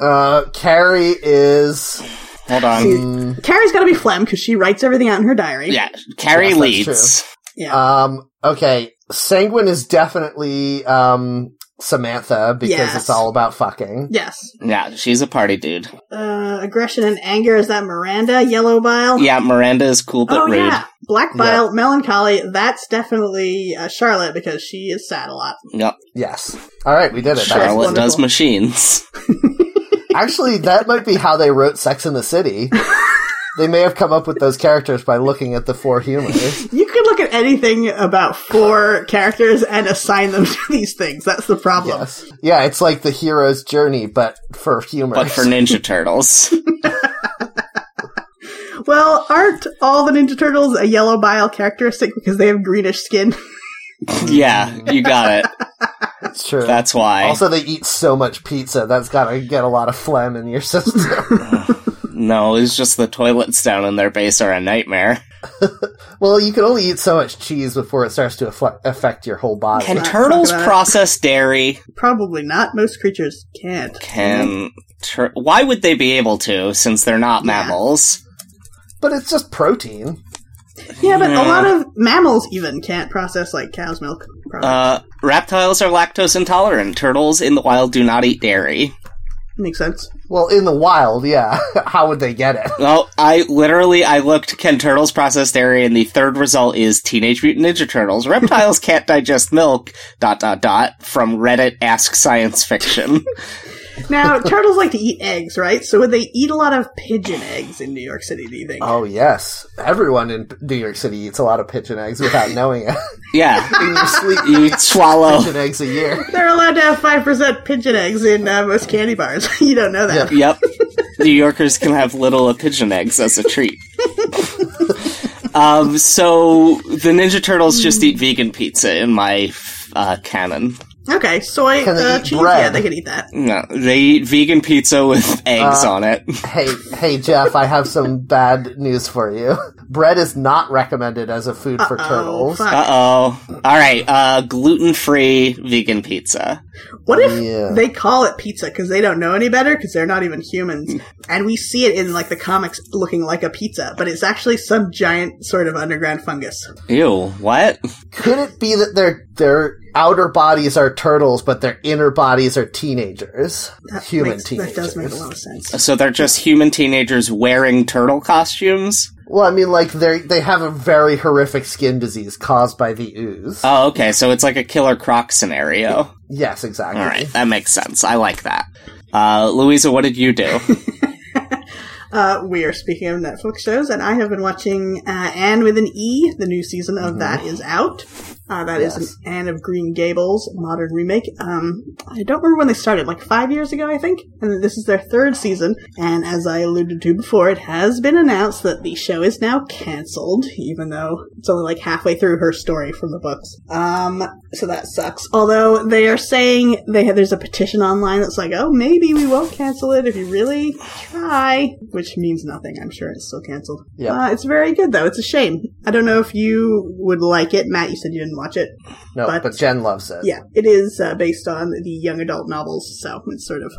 S1: Uh, Carrie is.
S3: Hold on.
S1: mm,
S2: Carrie's got to be phlegm because she writes everything out in her diary.
S3: Yeah, Carrie
S1: Yes, that's
S3: leads.
S2: yeah.
S1: um. Okay, Sanguine is definitely um Samantha because
S2: Yes.
S1: it's all about fucking.
S2: yes.
S3: Yeah, she's a party dude.
S2: Uh, aggression and anger is that Miranda? Yellow bile.
S3: Yeah, Miranda is cool but
S2: oh
S3: rude.
S2: yeah. Black
S1: Yeah.
S2: bile. Melancholy. That's definitely uh, Charlotte because she is sad a lot.
S3: Yep.
S1: Yes. All right, we did it. That was-
S3: Charlotte does
S2: wonderful.
S3: machines.
S1: Actually, that might be how they wrote Sex in the City. they may have come up with those characters by looking at the four humors.
S2: You could look at anything about four characters and assign them to these things. That's the problem.
S1: Yes. Yeah, it's like the hero's journey, but for humor.
S3: But for Ninja Turtles.
S2: Well, aren't all the Ninja Turtles a yellow bile characteristic because they have greenish skin?
S3: yeah, you got it.
S1: it's true.
S3: That's why.
S1: Also, they eat so much pizza. That's gotta get a lot of phlegm in your system.
S3: no, it's just the toilets down in their base are a nightmare.
S1: well, you can only eat so much cheese before it starts to affle- affect your whole body.
S3: Can
S2: not
S3: turtles
S2: gonna-
S3: process dairy?
S2: Probably not. Most creatures can't.
S3: Can. Tur- why would they be able to, since they're not mammals?
S1: but it's just protein.
S2: Yeah, but a
S3: Yeah.
S2: lot of mammals even can't process like cow's milk. product.
S3: Uh, reptiles are lactose intolerant. Turtles in the wild do not eat dairy.
S2: Makes sense.
S1: Well, in the wild, yeah. How would they get it?
S3: Well, I literally I looked can turtles process dairy, and the third result is Teenage Mutant Ninja Turtles. Reptiles can't digest milk. Dot dot dot. From Reddit, ask science fiction.
S2: Now, turtles like to eat eggs, right? So would they eat a lot of pigeon eggs in New York City, do you think?
S1: Oh yes, everyone in New York City eats a lot of pigeon eggs without knowing it.
S3: yeah,
S1: in your sleep, you
S3: you swallow.
S1: eat pigeon eggs a year.
S2: They're allowed to have 5% pigeon eggs in uh, most candy bars. you don't know that.
S3: Yep. New Yorkers can have little pigeon eggs as a treat. um, so the Ninja Turtles just eat vegan pizza in my uh, canon.
S2: Okay, soy
S1: Can they
S2: uh,
S1: eat
S2: cheese,
S1: bread?
S2: yeah, they can eat that.
S3: No, they eat vegan pizza with eggs on it.
S1: Hey, hey, Jeff, I have some bad news for you. Bread is not recommended as a food for
S2: Uh-oh,
S1: turtles.
S2: fuck.
S3: Uh oh. All right. Uh, gluten free vegan pizza.
S2: What if
S1: Yeah.
S2: they call it pizza because they don't know any better because they're not even humans? And we see it in like the comics looking like a pizza, but it's actually some giant sort of underground fungus.
S3: Ew. What?
S1: Could it be that their their outer bodies are turtles, but their inner bodies are teenagers,
S2: That
S1: human
S2: makes-
S1: teenagers?
S2: That does make a lot of sense.
S3: So they're just human teenagers wearing turtle costumes?
S1: Well, I mean, like they they have a very horrific skin disease caused by the ooze.
S3: Oh, okay. So it's like a killer croc scenario.
S1: yes, exactly.
S3: All right. That makes sense. I like that. Uh, Louisa, what did you do?
S2: Uh, we are speaking of Netflix shows, and I have been watching uh, Anne with an E. The new season
S1: Mm-hmm.
S2: of that is out. Uh, that is
S1: Yes.
S2: an Anne of Green Gables modern remake. Um, I don't remember when they started, like five years ago, I think. And this is their third season. And as I alluded to before, it has been announced that the show is now canceled, even though it's only like halfway through her story from the books. Um, so that sucks. Although they are saying they have, there's a petition online that's like, oh, maybe we won't cancel it if you really try, which means nothing. I'm sure it's still canceled.
S1: Yeah.
S2: Uh, it's very good though. It's a shame. I don't know if you would like it, Matt. You said you didn't watch it.
S1: No,
S2: But-
S1: but, Jen loves it.
S2: Yeah, it is uh, based on the young adult novels, so it's sort of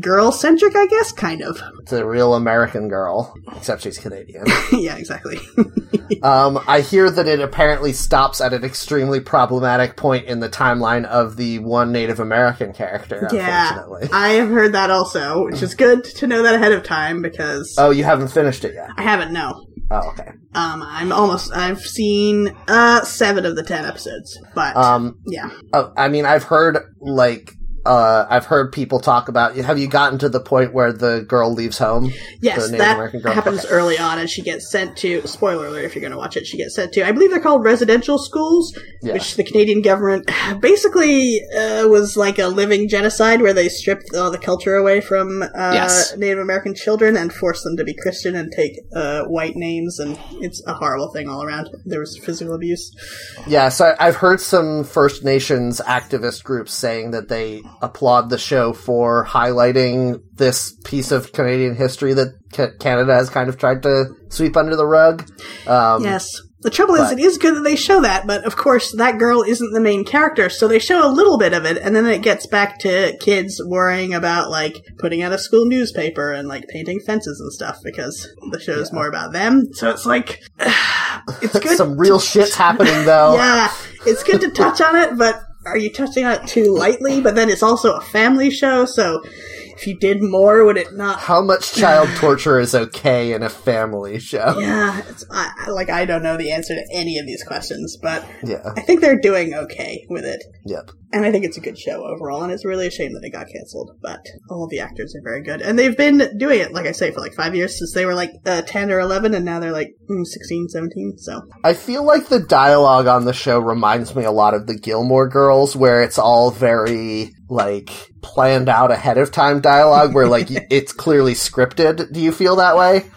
S2: girl centric, I guess, kind of.
S1: It's a real American girl, except she's Canadian.
S2: yeah, exactly.
S1: um, I hear that it apparently stops at an extremely problematic point in the timeline of the one Native American character.
S2: yeah,
S1: Unfortunately.
S2: I have heard that also, which is good to know that ahead of time because
S1: Oh, you haven't finished it yet.
S2: I haven't. No,
S1: Oh, okay.
S2: um, I'm almost. I've seen uh seven of the ten episodes, but
S1: Um,
S2: yeah,
S1: Oh, I mean, I've heard like uh, I've heard people talk about. Have you gotten to the point where the girl leaves home?
S2: yes,
S1: Native
S2: that
S1: American girl?
S2: happens early on, and she gets sent to. Spoiler alert: if you're going to watch it, she gets sent to. I believe they're called residential schools,
S1: Yeah.
S2: which the Canadian government basically uh, was like a living genocide where they stripped all the culture away from uh,
S3: Yes.
S2: Native American children and forced them to be Christian and take uh, white names, and it's a horrible thing all around. There was physical abuse.
S1: Yeah, so I- I've heard some First Nations activist groups saying that they applaud the show for highlighting this piece of Canadian history that ca- Canada has kind of tried to sweep under the rug. Um,
S2: Yes. The trouble is,
S1: But-
S2: it is good that they show that, but of course, that girl isn't the main character, so they show a little bit of it, and then it gets back to kids worrying about, like, putting out a school newspaper and, like, painting fences and stuff, because the show's more about them. So it's like, it's good.
S1: Some real shit's happening though.
S2: yeah, it's good to touch on it, but are you touching on it too lightly? But then it's also a family show, so if you did more, would it not
S1: How much child torture is okay in a family show?
S2: Yeah, it's, I, I- like I don't know the answer to any of these questions, but
S1: Yeah.
S2: I think they're doing okay with it.
S1: Yep.
S2: And I think it's a good show overall, and it's really a shame that it got canceled, but all of the actors are very good. And they've been doing it, like I say, for like five years since they were like uh, 10 or 11, and now they're like mm, 16, 17, so.
S1: I feel like the dialogue on the show reminds me a lot of the Gilmore Girls, where it's all very like planned out ahead of time dialogue, where like it's clearly scripted. Do you feel that way?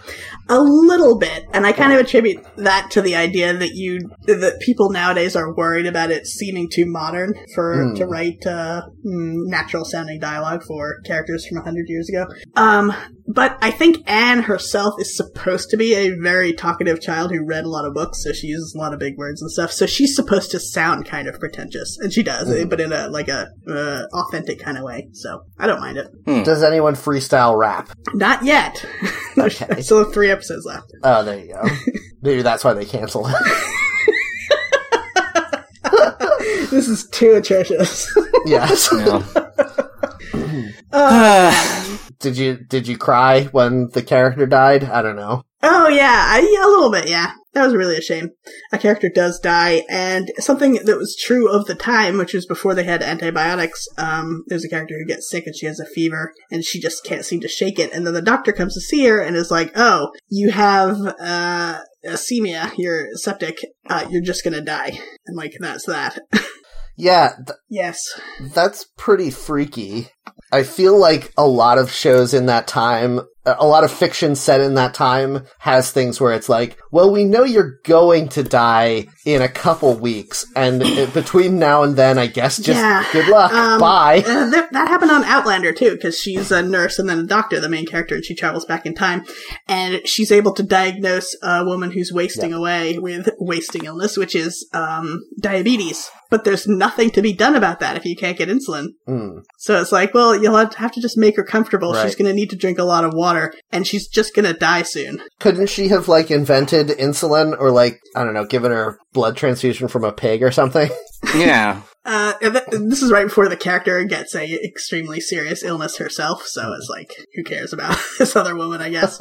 S2: A little bit, and I kind of attribute that to the idea that you that people nowadays are worried about it seeming too modern for
S1: Hmm.
S2: to write uh, natural sounding dialogue for characters from hundred years ago. Um, but I think Anne herself is supposed to be a very talkative child who read a lot of books, so she uses a lot of big words and stuff. So she's supposed to sound kind of pretentious, and she does,
S1: Hmm.
S2: but in a like a uh, authentic kind of way. So I don't mind it.
S1: Does anyone freestyle rap?
S2: Not yet. I
S1: Okay.
S2: still have three episodes left.
S1: Oh, there you go. Maybe that's why they cancel it.
S2: This is too atrocious.
S1: yes.
S3: No.
S2: Uh,
S3: Ah,
S1: Did you did you cry when the character died? I don't know.
S2: oh yeah, I, yeah, a little bit. Yeah, that was really a shame. A character does die, and something that was true of the time, which was before they had antibiotics. Um, there's a character who gets sick and she has a fever, and she just can't seem to shake it. And then the doctor comes to see her and is like, "Oh, you have uh." Asemia, you're septic, uh, you're just gonna die. And like, that's that.
S1: Yeah, th-
S2: yes.
S1: that's pretty freaky. I feel like a lot of shows in that time, a lot of fiction set in that time has things where it's like, well, we know you're going to die in a couple weeks, and between now and then, I guess just
S2: Yeah.
S1: good luck,
S2: Um,
S1: bye.
S2: Uh, that, that happened on Outlander too, because she's a nurse and then a doctor, the main character, and she travels back in time, and she's able to diagnose a woman who's wasting away with wasting illness, which is um, diabetes. But there's nothing to be done about that if you can't get insulin.
S1: Mm.
S2: So it's like, well, you'll have to- have to just make her comfortable.
S1: Right.
S2: She's going to need to drink a lot of water, and she's just going to die soon.
S1: Couldn't she have like invented insulin or like I don't know, given her blood transfusion from a pig or something?
S3: yeah.
S2: Uh, and th- this is right before the character gets a extremely serious illness herself, so it's like, who cares about this other woman, I guess.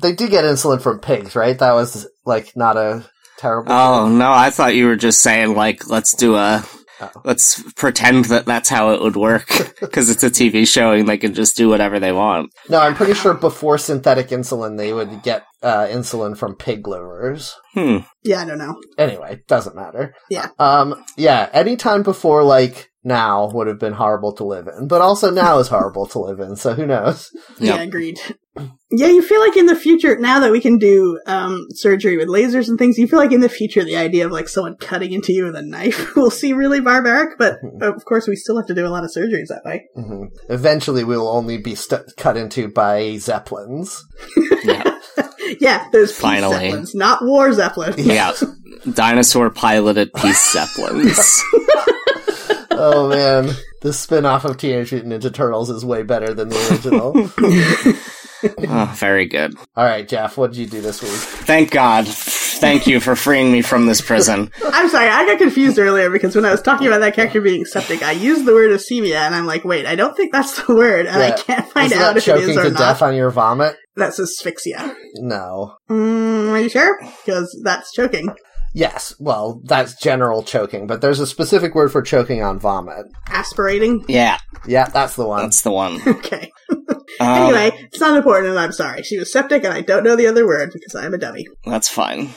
S1: they do get insulin from pigs, right? That was like not a terrible.
S3: Oh no, I thought you were just saying like let's do a
S1: Oh.
S3: let's pretend that that's how it would work because it's a TV show and they can just do whatever they want.
S1: No, I'm pretty sure before synthetic insulin, they would get uh, insulin from pig livers.
S3: Hmm.
S2: Yeah, I don't know.
S1: Anyway, doesn't matter.
S2: Yeah.
S1: Um. Yeah. Any time before like now would have been horrible to live in, but also now is horrible to live in. So who knows?
S3: Yep.
S2: Yeah, agreed. Yeah, you feel like in the future, now that we can do um, surgery with lasers and things, you feel like in the future the idea of like someone cutting into you with a knife will seem really barbaric, but of course we still have to do a lot of surgeries that way.
S1: hmm Eventually, we will only be st- cut into by zeppelins.
S3: Yeah.
S2: Yeah, those peace
S3: Finally.
S2: zeppelins, not war zeppelins.
S3: yeah. Dinosaur piloted peace zeppelins.
S1: oh man, this spin-off of Teenage Mutant Ninja Turtles is way better than the original.
S3: Oh, very good.
S1: All right, Jeff, what did you do this week?
S3: Thank God. Thank you for freeing me from this prison.
S2: I'm sorry, I got confused earlier because when I was talking about that character being septic, I used the word asemia and I'm like, wait, I don't think that's the word, and
S1: Yeah.
S2: I can't find
S1: Isn't
S2: out
S1: that
S2: if it
S1: choking
S2: is
S1: to
S2: or
S1: death
S2: not.
S1: on your vomit?
S2: That's asphyxia.
S1: No.
S2: Mm, are you sure? Because that's choking.
S1: Yes, well, that's general choking, but there's a specific word for choking on vomit.
S2: Aspirating?
S3: Yeah,
S1: Yeah, that's the one.
S3: that's the one.
S2: Okay.
S3: Um,
S2: Anyway, it's not important, and I'm sorry. She was septic, and I don't know the other word because I'm a dummy.
S3: That's fine.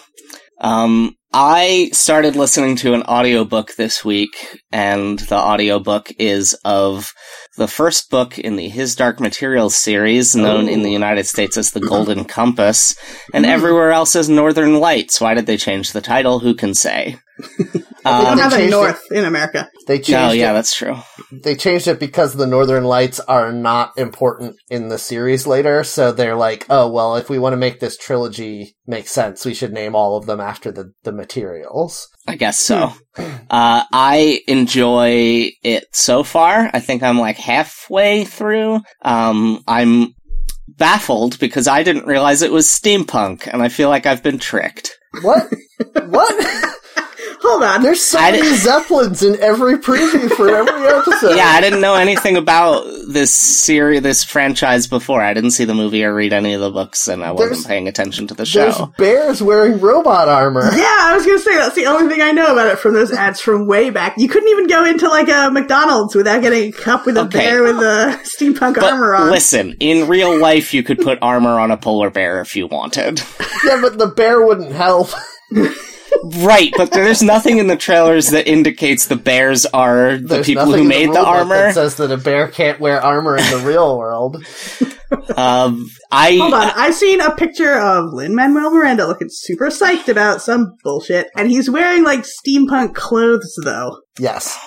S3: Um, I started listening to an audiobook this week, and the audiobook is of the first book in the His Dark Materials series, known
S1: Oh.
S3: in the United States as The Golden Compass, and everywhere else as Northern Lights. Why did they change the title? Who can say? Um,
S2: They don't
S1: they
S2: have a
S1: changed
S2: north in America.
S1: They changed
S3: Oh, yeah,
S1: it.
S3: that's true.
S1: They changed it because the Northern Lights are not important in the series later, so they're like, oh well, if we want to make this trilogy make sense, we should name all of them after the the materials.
S3: I guess so.
S1: Hmm.
S3: Uh, I enjoy it so far. I think I'm like halfway through. Um, I'm baffled because I didn't realize it was steampunk, and I feel like I've been tricked.
S1: What? what?
S2: Hold on.
S1: There's so
S3: I
S1: many
S3: didn't-
S1: zeppelins in every preview for every episode.
S3: Yeah, I didn't know anything about this series, this franchise before. I didn't see the movie or read any of the books, and I wasn't
S1: There's-
S3: paying attention to the show.
S1: There's bears wearing robot armor.
S2: yeah, I was gonna say that's the only thing I know about it from those ads from way back. You couldn't even go into like a McDonald's without getting a cup with a
S3: Okay.
S2: bear with a steampunk
S3: But
S2: armor on.
S3: listen, in real life, you could put armor on a polar bear if you wanted.
S1: Yeah, but the bear wouldn't help.
S3: Right, but there's nothing in the trailers that indicates the bears are the
S1: There's
S3: people
S1: nothing
S3: who
S1: in
S3: made the,
S1: rulebook
S3: armor.
S1: that says that a bear can't wear armor in the real world.
S3: Um, I
S2: Hold on, I've seen a picture of Lin Manuel Miranda looking super psyched about some bullshit, and he's wearing like steampunk clothes though.
S1: Yes,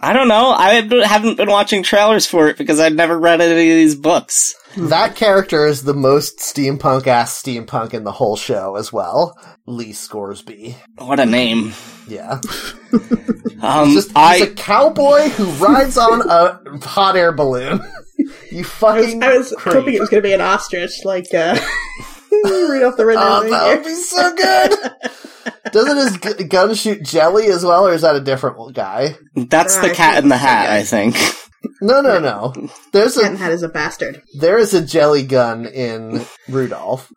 S3: I don't know. I haven't been watching trailers for it because I've never read any of these books.
S1: that character is the most steampunk ass steampunk in the whole show as well. Lee Scoresby.
S3: What a name!
S1: Yeah, he's
S3: Um,
S1: just he's
S3: I
S1: a cowboy who rides on a hot air balloon. You
S2: I was,
S1: fucking.
S2: I was
S1: creep.
S2: hoping it was gonna be an ostrich, like uh, right off the red.
S1: Oh, that Oh, would be so good. Doesn't his g- gun shoot jelly as well, or is that a different guy?
S3: That's
S2: Uh,
S3: the
S2: I
S3: cat
S2: think
S3: in the
S2: so,
S3: hat,
S2: yeah.
S3: I think.
S1: No, no, no. There's
S2: Cat in
S1: a
S2: the Hat is a bastard.
S1: there is a jelly gun in Rudolph.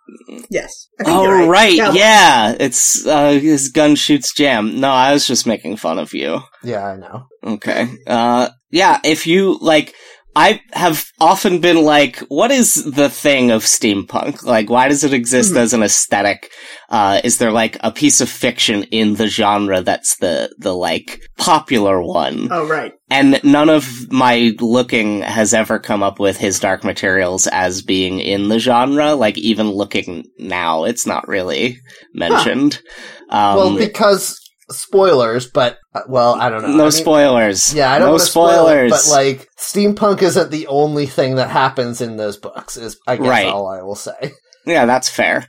S2: Yes. I think
S3: Oh
S2: you're
S3: right,
S2: Yeah.
S3: yeah. It's uh, his gun shoots jam. No, I was just making fun of you.
S1: Yeah, I know.
S3: Okay. Uh, yeah. If you like, I have often been like, what is the thing of steampunk? Like, why does it exist
S1: Hmm.
S2: Mhm.
S3: as an aesthetic? Uh, is there like a piece of fiction in the genre that's the the like popular one?
S2: Oh right.
S3: And none of my looking has ever come up with his dark materials as being in the genre. Like even looking now, it's not really mentioned. Um,
S1: well, because spoilers, but uh, well, I don't know.
S3: no
S1: I mean,
S3: spoilers.
S1: Yeah, I don't
S3: no
S1: want to
S3: spoilers.
S1: but like steampunk isn't the only thing that happens in those books. Is I guess
S3: Right.
S1: all I will say.
S3: yeah, that's fair.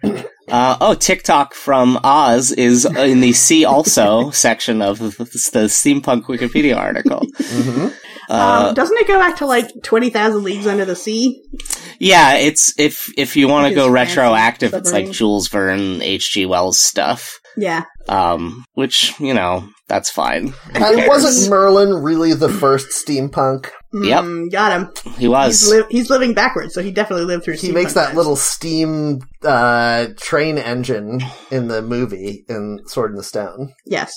S3: Uh, oh, TikTok from Oz is in the see also section of the, the steampunk Wikipedia article.
S1: hmm
S3: Uh,
S2: um, doesn't it go back to like twenty thousand leagues under the sea?
S3: Yeah, it's if if you want
S2: Like
S3: to go
S2: his fancy
S3: retroactive, it's
S2: submarine.
S3: like Jules Verne, H.G. Wells stuff.
S2: Yeah.
S3: Um, which you know that's fine. Who
S1: And
S3: cares?
S1: wasn't Merlin really the first steampunk?
S3: Yep.
S2: Mm, got him.
S3: He
S2: He's,
S3: was.
S2: li- he's living backwards, so he definitely lived through.
S1: He
S2: steampunk
S1: makes that
S2: times.
S1: little steam uh, train engine in the movie in Sword in the Stone.
S2: Yes.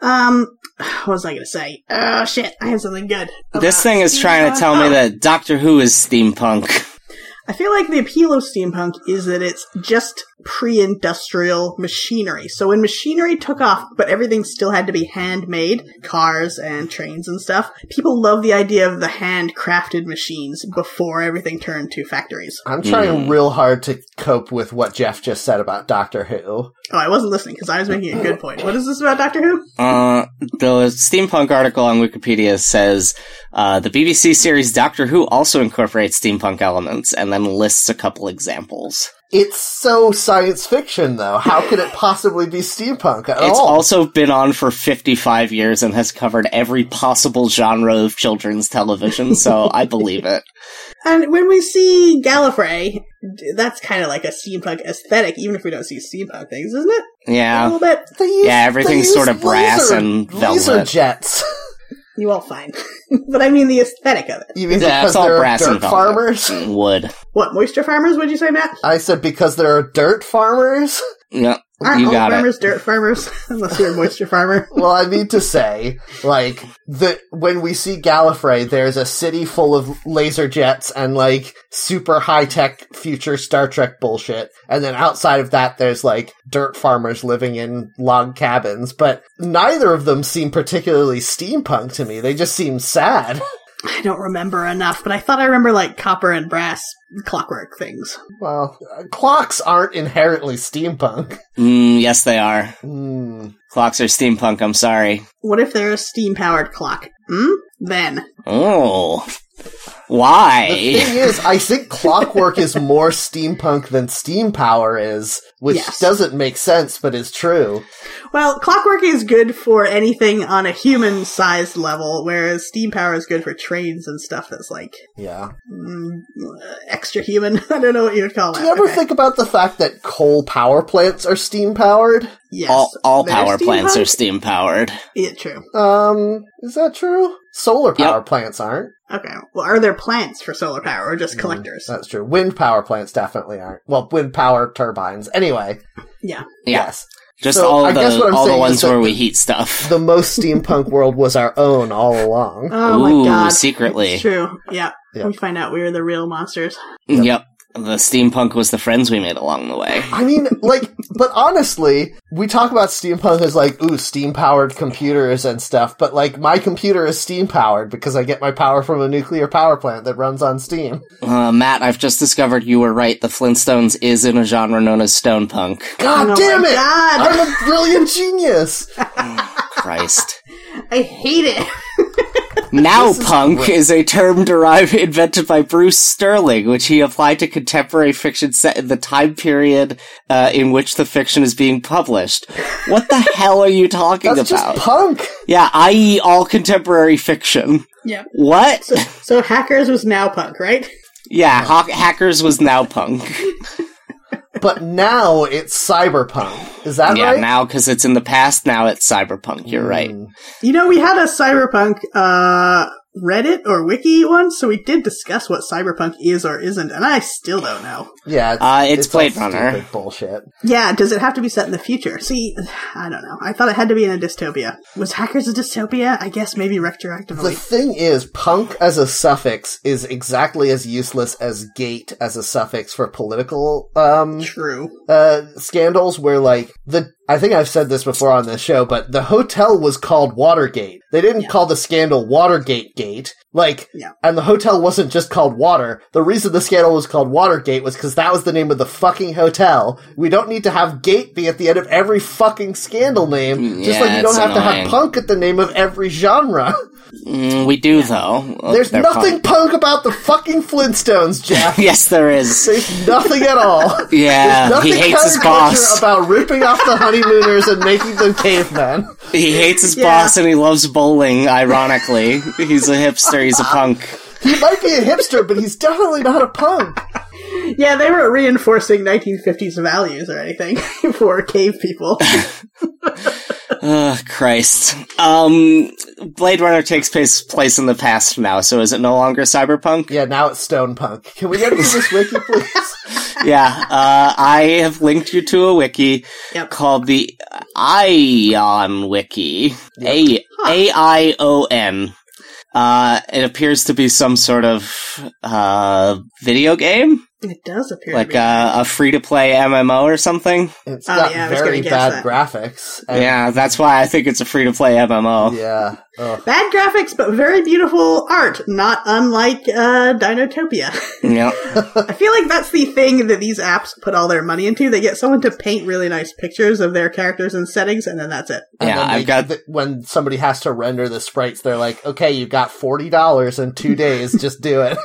S2: Um, what was I going to say? Oh shit! I had something good.
S3: This
S2: about
S3: thing is trying to
S2: steampunk.
S3: tell me
S2: Oh.
S3: that Doctor Who is steampunk.
S2: I feel like the appeal of steampunk is that it's just pre-industrial machinery. So when machinery took off, but everything still had to be handmade, cars and trains and stuff, people love the idea of the handcrafted machines before everything turned to factories.
S1: I'm trying
S3: Hmm.
S1: real hard to cope with what Jeff just said about Doctor Who.
S2: Oh, I wasn't listening because I was making a good point. What is this about Doctor Who?
S3: Uh, the steampunk article on Wikipedia says uh, the BBC series Doctor Who also incorporates steampunk elements, and then lists a couple examples.
S1: It's so science fiction, though. How could it possibly be steampunk at
S3: It's
S1: all?
S3: also been on for 55 years and has covered every possible genre of children's television, so I believe it.
S2: And when we see Gallifrey, d- that's kind of like a steampunk aesthetic, even if we don't see steampunk things, isn't it? A
S3: Yeah.
S2: little bit.
S1: They use-
S3: Yeah, everything's
S1: they
S3: sort
S1: use
S3: of brass
S1: laser-
S3: and
S1: laser
S3: velvet.
S1: jets.
S2: You all fine, but I mean the aesthetic of it.
S1: You mean
S3: Yeah,
S1: because
S3: it's all
S1: there are
S3: brass and
S1: dirt
S3: velvet.
S1: farmers?
S3: Wood.
S2: What moisture farmers? Would you say, Matt?
S1: I said because there are dirt farmers.
S3: Yep.
S2: Aren't
S3: You
S2: all
S3: got it.
S2: farmers dirt farmers? Unless you're a moisture farmer.
S1: well, I mean to say, like the when we see Gallifrey, there's a city full of laser jets and like super high tech future Star Trek bullshit, and then outside of that, there's like dirt farmers living in log cabins. But neither of them seem particularly steampunk to me. They just seem sad.
S2: I don't remember enough, but I thought I remember like copper and brass clockwork things.
S1: Well, uh, clocks aren't inherently steampunk.
S3: Mm, yes, they are.
S1: Hmm.
S3: Clocks are steampunk, I'm sorry.
S2: What if they're a steam powered clock? Hmm? Then.
S3: Oh.
S1: The
S3: Why?
S1: thing is, I think clockwork is more steampunk than steam power is, which
S2: Yes.
S1: doesn't make sense, but is true.
S2: Well, clockwork is good for anything on a human sized level, whereas steam power is good for trains and stuff that's like
S1: Yeah.
S2: mm, extra human. I don't know what you would call that.
S1: Do you ever
S2: Okay.
S1: think about the fact that coal power plants are steam powered?
S2: Yes,
S3: All, all
S2: they're
S3: power plants are
S2: steampunk?
S3: steam powered.
S2: Yeah, true.
S1: Um, is that true? Solar
S3: Yep.
S1: power plants aren't.
S2: Okay. Well, are there plants for solar power or just collectors?
S1: That's true. Wind power plants definitely aren't. Well, wind power turbines. Anyway,
S2: yeah.
S3: Yeah.
S1: yes.
S3: Just
S1: So,
S3: all
S1: I guess what
S3: the
S1: I'm
S3: all the
S1: saying is
S3: ones
S1: that
S3: where
S1: the-
S3: we heat stuff.
S1: The most steampunk world was our own all along.
S2: Oh
S3: Ooh,
S2: my god.
S3: secretly.
S2: It's true. Yeah.
S1: Yeah.
S2: We find out we are the real monsters.
S3: Yep. The steampunk was the friends we made along the way.
S1: I mean, like, but honestly, we talk about steampunk as like, ooh, steam powered computers and stuff, but like, my computer is steam powered because I get my power from a nuclear power plant that runs on steam.
S3: Uh, Matt, I've just discovered you were right. The Flintstones is in a genre known as stone punk.
S1: God
S2: Oh
S1: damn
S2: my
S1: it!
S2: God.
S1: I'm a brilliant genius!
S3: Christ.
S2: I hate it.
S3: Now punk is a term derived invented by Bruce Sterling, which he applied to contemporary fiction set in the time period uh, in which the fiction is being published. What the hell are you talking
S1: That's just
S3: about?
S1: punk!
S3: yeah, i.e., all contemporary fiction.
S2: Yeah.
S3: What?
S2: So, so hackers was now punk, right?
S3: Yeah, Hack- Hackers was now punk.
S1: but now it's cyberpunk. Is that
S3: yeah,
S1: right?
S3: now because it's in the past, now it's cyberpunk. You're right.
S1: Mm.
S2: You know, we had a cyberpunk uh, Reddit or wiki once, so we did discuss what cyberpunk is or isn't, and I still don't know.
S1: Yeah, it's,
S3: Uh, it's
S1: all
S3: Blade Runner.
S1: stupid Bullshit.
S2: Yeah, does it have to be set in the future? See, I don't know. I thought it had to be in a dystopia. Was Hackers a dystopia? I guess maybe
S1: The
S2: retroactively.
S1: thing is, punk as a suffix is exactly as useless as gate as a suffix for political um,
S2: True.
S1: uh, scandals where like the I think I've said this before on this show, but the hotel was called Watergate. They didn't
S2: Yeah.
S1: call the scandal Watergate Gate. Like,
S2: Yeah.
S1: and the hotel wasn't just called Water. The reason the scandal was called Watergate was because that was the name of the fucking hotel. We don't need to have Gate be at the end of every fucking scandal name, just
S3: Yeah,
S1: like you don't
S3: it's
S1: have to have
S3: annoying.
S1: punk at the name of every genre.
S3: Mm, we do though. Oh,
S1: There's
S3: they're
S1: nothing punk about the fucking Flintstones,
S3: punk.
S1: Jeff.
S3: yes, there is.
S1: There's nothing at all.
S3: Yeah, he
S1: Nothing
S3: hates his
S1: counterculture
S3: boss.
S1: about ripping off the honeymooners and making them cavemen.
S3: He hates his
S2: Yeah.
S3: boss and he loves bowling. Ironically, he's a hipster. He's a punk.
S1: He might be a hipster, but he's definitely not a punk.
S2: Yeah, they weren't reinforcing 1950s values or anything for cave people.
S3: Ugh, Christ. Um, Blade Runner takes place place in the past now, so is it no longer cyberpunk?
S1: Yeah, now it's stone punk. Can we get into this wiki, please?
S3: yeah. Uh, I have linked you to a wiki
S2: Yep.
S3: called the Ion Wiki. A A I O N. Uh, it appears to be some sort of uh video game,
S2: It does appear to
S3: like
S2: be.
S3: uh, a free to play MMO or something.
S1: It's
S2: Oh,
S1: got
S2: yeah, I was
S1: very
S2: gonna guess
S1: bad
S2: that.
S1: graphics. and-
S3: yeah, that's why I think it's a free to play MMO.
S1: Uh-huh. Yeah. Ugh.
S2: Bad graphics, but very beautiful art, not unlike uh, Dinotopia.
S3: Yeah.
S2: I feel like that's the thing that these apps put all their money into. They get someone to paint really nice pictures of their characters and settings, and then that's it.
S1: And
S3: Yeah,
S1: then
S3: I've
S1: they-
S3: got-
S1: th- when somebody has to render the sprites, they're like, "Okay, you got forty dollars in two days. Just do it."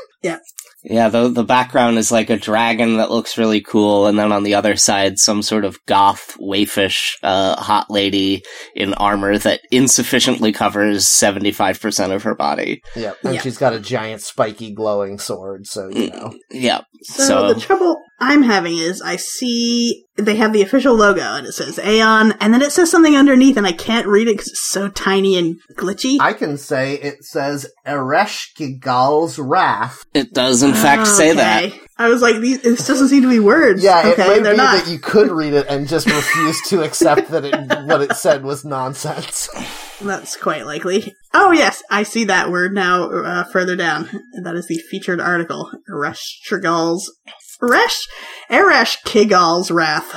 S3: Yeah, the the background is like a dragon that looks really cool, and then on the other side, some sort of goth waifish uh, hot lady in armor that insufficiently covers seventy five percent of her body.
S1: Yeah, and
S2: Yeah.
S1: she's got a giant spiky glowing sword, so you know.
S3: Yeah,
S2: So,
S3: so,
S2: the trouble I'm having is I see they have the official logo and it says Aeon, and then it says something underneath, and I can't read it because it's so tiny and glitchy.
S1: I can say it says Eresh Gigal's Wrath,
S3: it does in fact say that.
S2: Okay. I was like, these, this doesn't seem to be words.
S1: Yeah,
S2: okay,
S1: it may
S2: they're
S1: be
S2: not.
S1: that you could read it and just refuse to accept that it, what it said was nonsense.
S2: That's quite likely. Oh yes, I see that word now. Uh, further down, that is the featured article. Eresh Trigal's Eresh Eresh Kigal's wrath.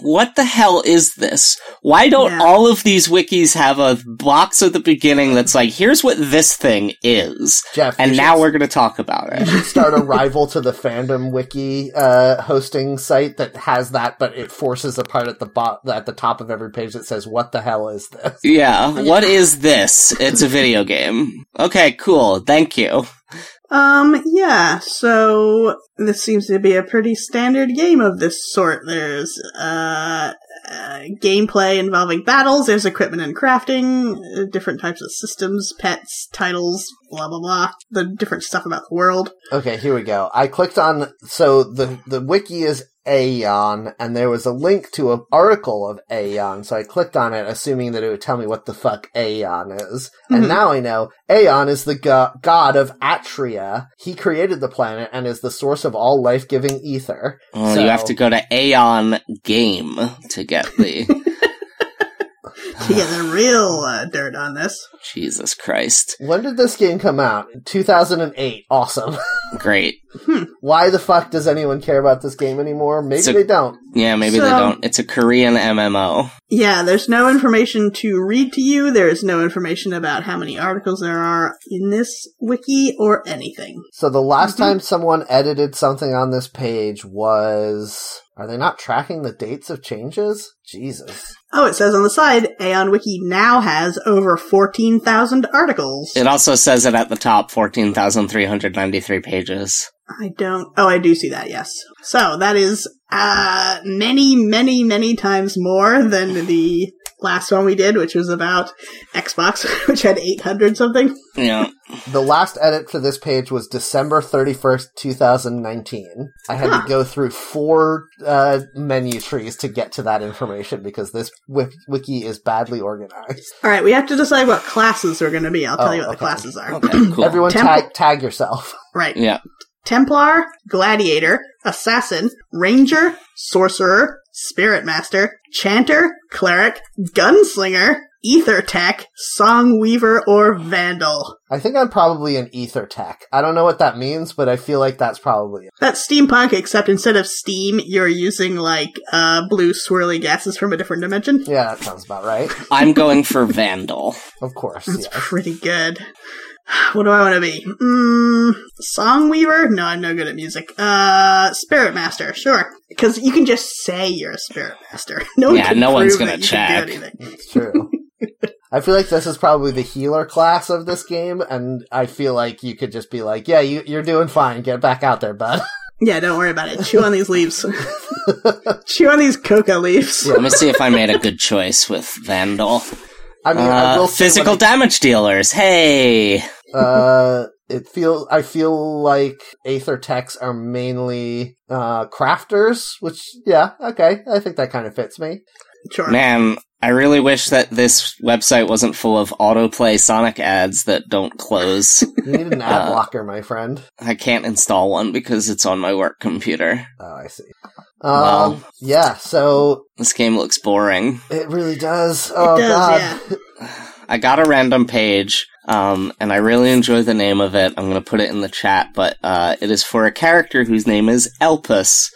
S3: What the hell is this? Why don't
S2: Yeah.
S3: all of these wikis have a box at the beginning that's like, here's what this thing is,
S1: Jeff, you
S3: and
S1: should-
S3: now we're going to talk about
S1: you
S3: it.
S1: should start a rival to the fandom wiki uh, hosting site that has that, but it forces a part at the bo- at the top of every page that says "What the hell is this?"
S3: Yeah, what is this? It's a video game. Okay, cool. Thank you.
S2: Um, yeah. So this seems to be a pretty standard game of this sort. There's uh, uh gameplay involving battles. There's equipment and crafting. uh, Different types of systems, pets, titles, blah blah blah. The different stuff about the world.
S1: Okay, here we go. I clicked on so the the wiki is Aeon, and there was a link to an article of Aeon. So I clicked on it, assuming that it would tell me what the fuck Aeon is. And
S2: Mhm.
S1: now I know Aeon is the go- god of Atria. He created the planet and is the source of all life giving ether.
S3: Well,
S1: So-
S3: Oh, you have to go to Aeon Game to get the
S2: To get the real uh, dirt on this.
S3: Jesus Christ.
S1: When did this game come out? 2008. Awesome.
S3: Great.
S1: Why the fuck does anyone care about this game anymore? Maybe
S3: So-
S1: they don't.
S3: Yeah, maybe
S2: So-
S3: they don't. It's a Korean MMO.
S2: Yeah, there's no information to read to you. There is no information about how many articles there are in this wiki or anything.
S1: So the last
S2: Mm-hmm.
S1: time someone edited something on this page was. Are they not tracking the dates of changes? Jesus.
S2: Oh, it says on the side, Aeon Wiki now has over 14,000 articles.
S3: It also says it at the top, 14,393 pages.
S2: I don't, oh, I do see that, yes. So that is, uh, many, many, many times more than the last one we did, which was about Xbox, which had 800 something.
S3: Yeah.
S1: The last edit for this page was December 31st, 2019. I had
S2: Huh.
S1: to go through four uh, menu trees to get to that information because this wik- wiki is badly organized.
S2: All right, we have to decide what classes we're going to be. I'll tell
S1: Oh,
S2: you what the
S1: okay.
S2: classes are.
S3: Okay, cool.
S1: Everyone
S2: Temple-
S1: tag, tag yourself.
S2: Right.
S3: yeah.
S2: Templar, Gladiator, Assassin, Ranger, Sorcerer, Spirit Master, Chanter, Cleric, Gunslinger, Ether Tech, Song Weaver, or Vandal.
S1: I think I'm probably an ether tech. I don't know what that means, but I feel like that's probably it.
S2: That's steampunk, except instead of steam, you're using like uh, blue swirly gases from a different dimension.
S1: Yeah, that sounds about right.
S3: I'm going for Vandal.
S1: Of course.
S2: That's
S1: yeah.
S2: pretty good. What do I want to be? Mm, song weaver? No, I'm no good at music. Uh, spirit master, sure, because you can just say you're a spirit master. No, one
S3: Yeah,
S2: can
S3: no one's
S2: prove
S3: gonna
S2: that you can do
S3: check.
S2: anything.
S1: It's true. I feel like this is probably the healer class of this game, and I feel like you could just be like, yeah, you, you're doing fine. Get back out there, bud.
S2: Yeah, don't worry about it. Chew on these leaves. Chew on these coca leaves.
S3: Let me see if I made a good choice with Vandal.
S1: I mean, I
S3: Uh,
S1: will say
S3: physical
S1: what
S3: damage dealers. Hey.
S1: I- uh, it feel I feel like Aether Techs are mainly uh, crafters, which yeah, okay, I think that kind of fits me.
S2: Sure.
S3: Man, I really wish that this website wasn't full of autoplay Sonic ads that don't close.
S1: You need an ad
S3: Uh.
S1: blocker, my friend.
S3: I can't install one because it's on my work computer.
S1: Oh, I see. Um,
S2: Oh.
S3: Wow.
S1: yeah, so
S3: This game looks boring.
S1: it really does. Oh
S2: does,
S1: god,
S2: yeah.
S3: I got a random page, um, and I really enjoy the name of it. I'm gonna put it in the chat, but uh, it is for a character whose name is Elpis.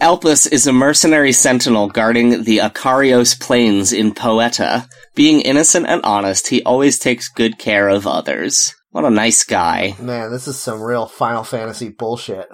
S3: Elpis is a mercenary sentinel guarding the Akarios plains in Poeta. Being innocent and honest, he always takes good care of others. What a nice guy.
S1: man, this is some real Final Fantasy bullshit.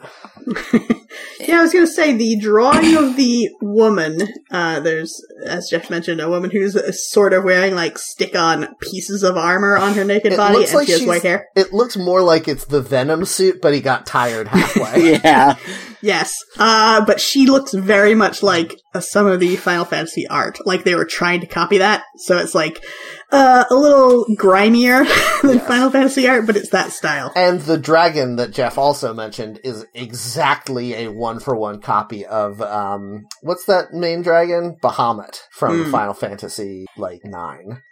S2: Yeah, I was going to say the drawing of the woman. Uh, there's, as Jeff mentioned, a woman who's uh, sort of wearing like stick-on pieces of armor on her naked
S1: It
S2: body,
S1: looks
S2: and
S1: like
S2: she has
S1: she's-
S2: white hair.
S1: It looks more like it's the Venom suit, but he got tired halfway.
S3: Yeah.
S2: Yes, uh, but she looks very much like uh, some of the Final Fantasy art. Like they were trying to copy that, so it's like uh, a little grimier than Final Fantasy art, but it's that style.
S1: And the dragon that Jeff also mentioned is exactly a one for one copy of um what's that main dragon? Bahamut from
S2: Hmm.
S1: Final Fantasy like nine.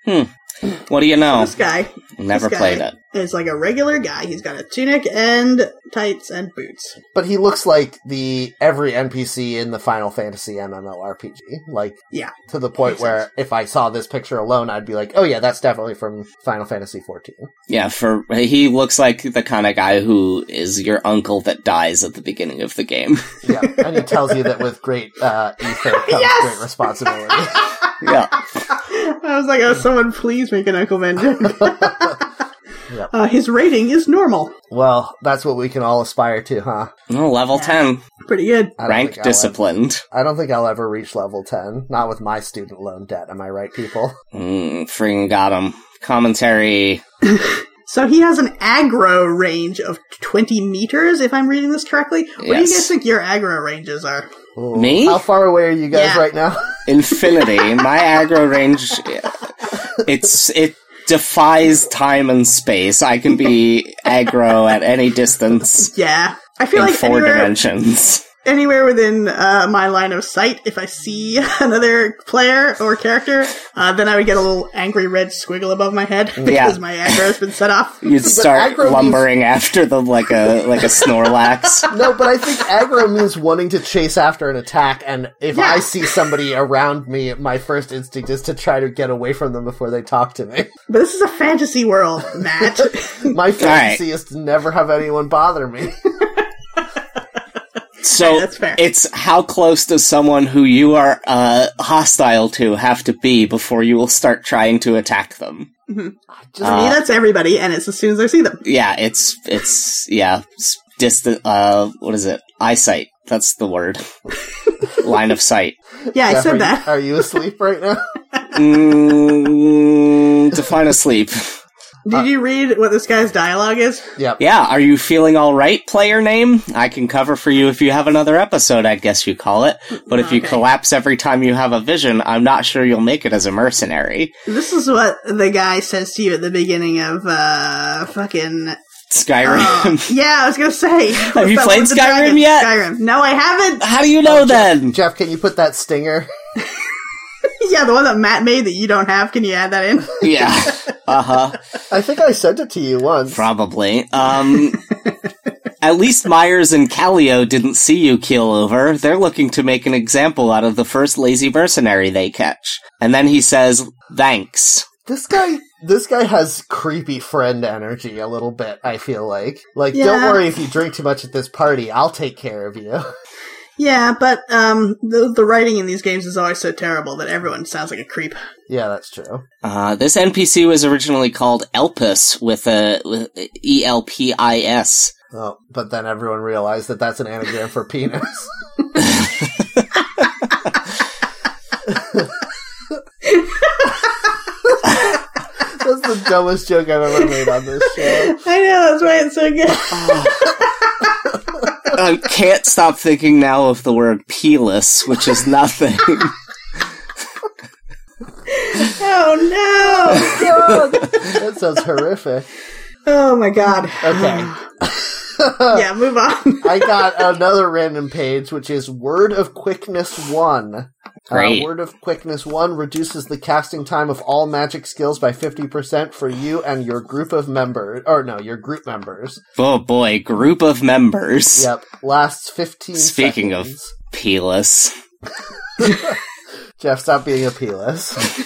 S3: What do you
S1: Oh.
S3: know?
S2: This guy
S3: Never
S2: this guy
S3: played it.
S2: is like a regular guy. He's got a tunic and tights and boots.
S1: But he looks like the every NPC in the Final Fantasy MMORPG. Like
S2: Yeah.
S1: to the point
S2: Makes
S1: where
S2: sense.
S1: if I saw this picture alone I'd be like, Oh yeah, that's definitely from Final Fantasy fourteen.
S3: Yeah, for he looks like the kind of guy who is your uncle that dies at the beginning of the game.
S1: Yeah. and he tells you that with great uh ether comes
S2: Yes!
S1: great responsibility.
S3: yeah.
S2: I was like, oh, someone please make an Uncle Ben joke.
S1: Yep.
S2: uh, his rating is normal.
S1: Well, that's what we can all aspire to, huh?
S3: Oh, level
S2: Yeah.
S3: 10.
S2: Pretty good.
S1: I don't
S3: Rank
S1: think I'll ever-
S3: disciplined.
S1: I don't think I'll ever reach level 10. Not with my student loan debt, am I right, people?
S3: Mm, freaking got him. Commentary.
S2: So he has an aggro range of 20 meters, if I'm reading this correctly. What do
S3: Yes.
S2: you guys think your aggro ranges are?
S1: Ooh.
S3: Me?
S1: How far away are you guys
S2: Yeah.
S1: right now?
S3: Infinity. My aggro range. It's. It defies time and space. I can be aggro at any distance
S2: Yeah. I
S3: in
S2: feel like
S3: four
S2: anywhere,
S3: dimensions.
S2: anywhere within uh, my line of sight, if I see another player or character, uh, then I would get a little angry red squiggle above my head because my aggro has been set off.
S3: You'd start
S1: aggro means-
S3: lumbering after them like a like a Snorlax.
S1: No, but I think aggro means wanting to chase after an attack, and if
S2: Yeah.
S1: I see somebody around me, my first instinct is to try to get away from them before they talk to me.
S2: But this is a fantasy world, Matt.
S1: My fantasy is to never have anyone bother me.
S3: So
S2: That's fair.
S3: it's how close does someone who you are uh, hostile to have to be before you will start trying to attack them?
S1: Just,
S2: I mean, that's everybody, and it's as soon as I see them.
S3: Yeah, it's it's yeah, s- distant. Uh, what is it? Eyesight. That's the word. Line of sight.
S2: Yeah, I
S1: Jeff, are
S2: said
S1: you-
S2: that.
S1: Are you asleep right now?
S3: Mm, define asleep.
S2: Did you read what this guy's dialogue is?
S1: Yep.
S3: Yeah, are you feeling all right, player name? I can cover for you if you have another episode, I guess you call it. But if you
S2: Okay.
S3: collapse every time you have a vision, I'm not sure you'll make it as a mercenary.
S2: This is what the guy says to you at the beginning of uh fucking uh,
S3: Skyrim.
S2: Yeah, I was gonna say What's
S3: you
S2: that
S3: played
S2: with the
S3: Skyrim
S2: dragon?
S3: yet?
S2: Skyrim. No, I haven't.
S3: How do you know then?
S1: Jeff, can you put that stinger?
S2: yeah, the one that Matt made that you don't have, can you add that in?
S3: yeah. Uh huh.
S1: I think I sent it to you once.
S3: Probably. Um, at least Myers and Callio didn't see you keel over. They're looking to make an example out of the first lazy mercenary they catch. And then he says, thanks.
S1: This guy, this guy has creepy friend energy a little bit. I feel like, like, don't
S2: Yeah.
S1: worry if you drink too much at this party. I'll take care of you.
S2: yeah, but um the the writing in these games is always so terrible that everyone sounds like a creep.
S1: yeah, that's true.
S3: Uh, this NPC was originally called Elpis with a with E L P I S.
S1: Oh, but then everyone realized that that's an anagram for penis. that's the dumbest joke I've ever made on this show.
S2: I know, that's why it's so good.
S3: I can't stop thinking now of the word penis, which is nothing.
S2: Oh no.
S1: That sounds horrific.
S2: Oh my god.
S3: Uh,
S1: Okay.
S2: yeah, move on.
S1: I got another random page, which is Word of Quickness 1.
S3: Great.
S1: Uh, Word of Quickness 1 reduces the casting time of all magic skills by 50% for you and your group of members. Or no, your group members.
S3: oh boy, group of members.
S1: Yep. Lasts 15
S3: Speaking of-
S1: seconds.
S3: Penis.
S1: of. Jeff, stop being a penis.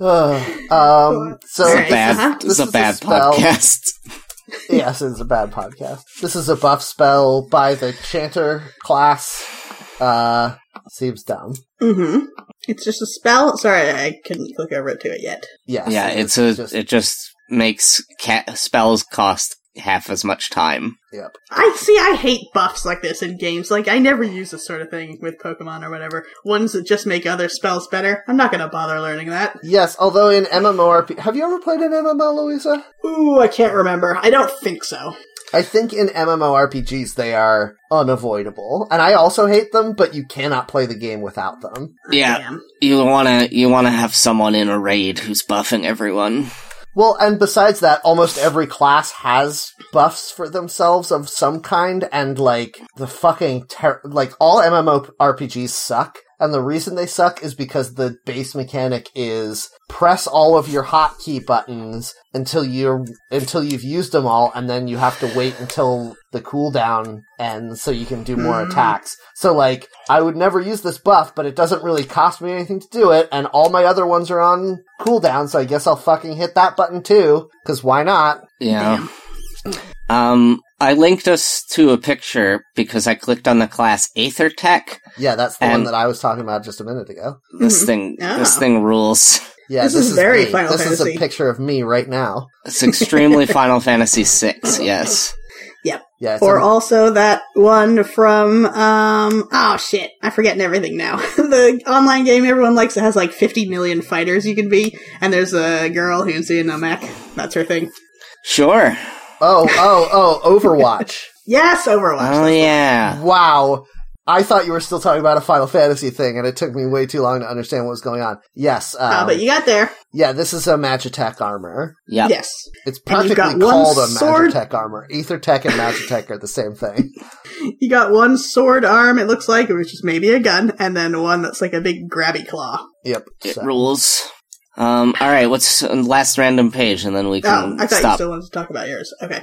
S1: Ugh. um, so
S3: It's
S2: Alright,
S3: a bad,
S2: uh-huh.
S3: it's
S1: This
S3: a
S1: is
S3: bad
S1: a spell.
S3: podcast.
S1: yes, it's a bad podcast. This is a buff spell by the Chanter class. Uh, seems dumb.
S2: Mm-hmm. It's just a spell. Sorry, I couldn't click over to it yet.
S1: Yes.
S3: Yeah, it's a.
S1: just-
S3: It just makes ca- spells cost half as much time.
S1: yep.
S2: I see. I hate buffs like this in games. Like I never use this sort of thing with Pokemon or whatever. Ones that just make other spells better. I'm not gonna bother learning that.
S1: Yes, although in MMORP, have you ever played an MMO, Louisa?
S2: Ooh, I can't remember. I don't think so.
S1: I think in MMORPGs they are unavoidable, and I also hate them. But you cannot play the game without them.
S3: Yeah.
S2: Damn.
S3: You wanna you wanna have someone in a raid who's buffing everyone.
S1: Well, and besides that, almost every class has buffs for themselves of some kind, and like the fucking ter- like all MMORPGs suck. And the reason they suck is because the base mechanic is press all of your hotkey buttons until you're until you've used them all, and then you have to wait until the cooldown ends so you can do more
S2: Mhm.
S1: attacks. So like, I would never use this buff, but it doesn't really cost me anything to do it, and all my other ones are on cooldown, so I guess I'll fucking hit that button too, because why not?
S3: Yeah. Um, I linked us to a picture because I clicked on the class Aether Tech.
S1: Yeah, that's the one
S3: And-
S1: that I was talking about just a minute ago.
S3: This thing,
S2: Ah.
S3: this thing rules.
S1: Yeah,
S2: This is very
S1: me.
S2: Final
S1: This is
S2: Fantasy.
S1: a picture of me right now.
S3: It's extremely Final Fantasy VI. Yes.
S1: Yeah, it's
S2: Or
S1: a-
S2: also that one from um oh shit, I'm forgetting everything now. the online game everyone likes it has like 50 million fighters you can be, and there's a girl who's in a mech. That's her thing.
S3: Sure.
S1: oh, oh, oh, Overwatch.
S2: Yes, Overwatch.
S3: Oh yeah.
S1: wow. I thought you were still talking about a Final Fantasy thing, and it took me way too long to understand what was going on. Yes,
S3: Uh,
S1: um,
S2: Ah, but you got there.
S1: yeah, this is a Magitek armor.
S3: Yep.
S2: Yes.
S1: It's
S2: And
S1: practically
S2: you've got one
S1: called a
S2: sword.
S1: Magitek armor. Ethertech and Magitek are the same thing.
S2: You got one sword arm, it looks like, which is maybe a gun, and then one that's like a big grabby claw.
S1: Yep.
S3: It
S1: so-
S3: rules. Um, all right. What's last random page, and then
S2: Oh,
S3: we can
S2: I thought you
S3: stop.
S2: still wanted to talk about yours. Okay.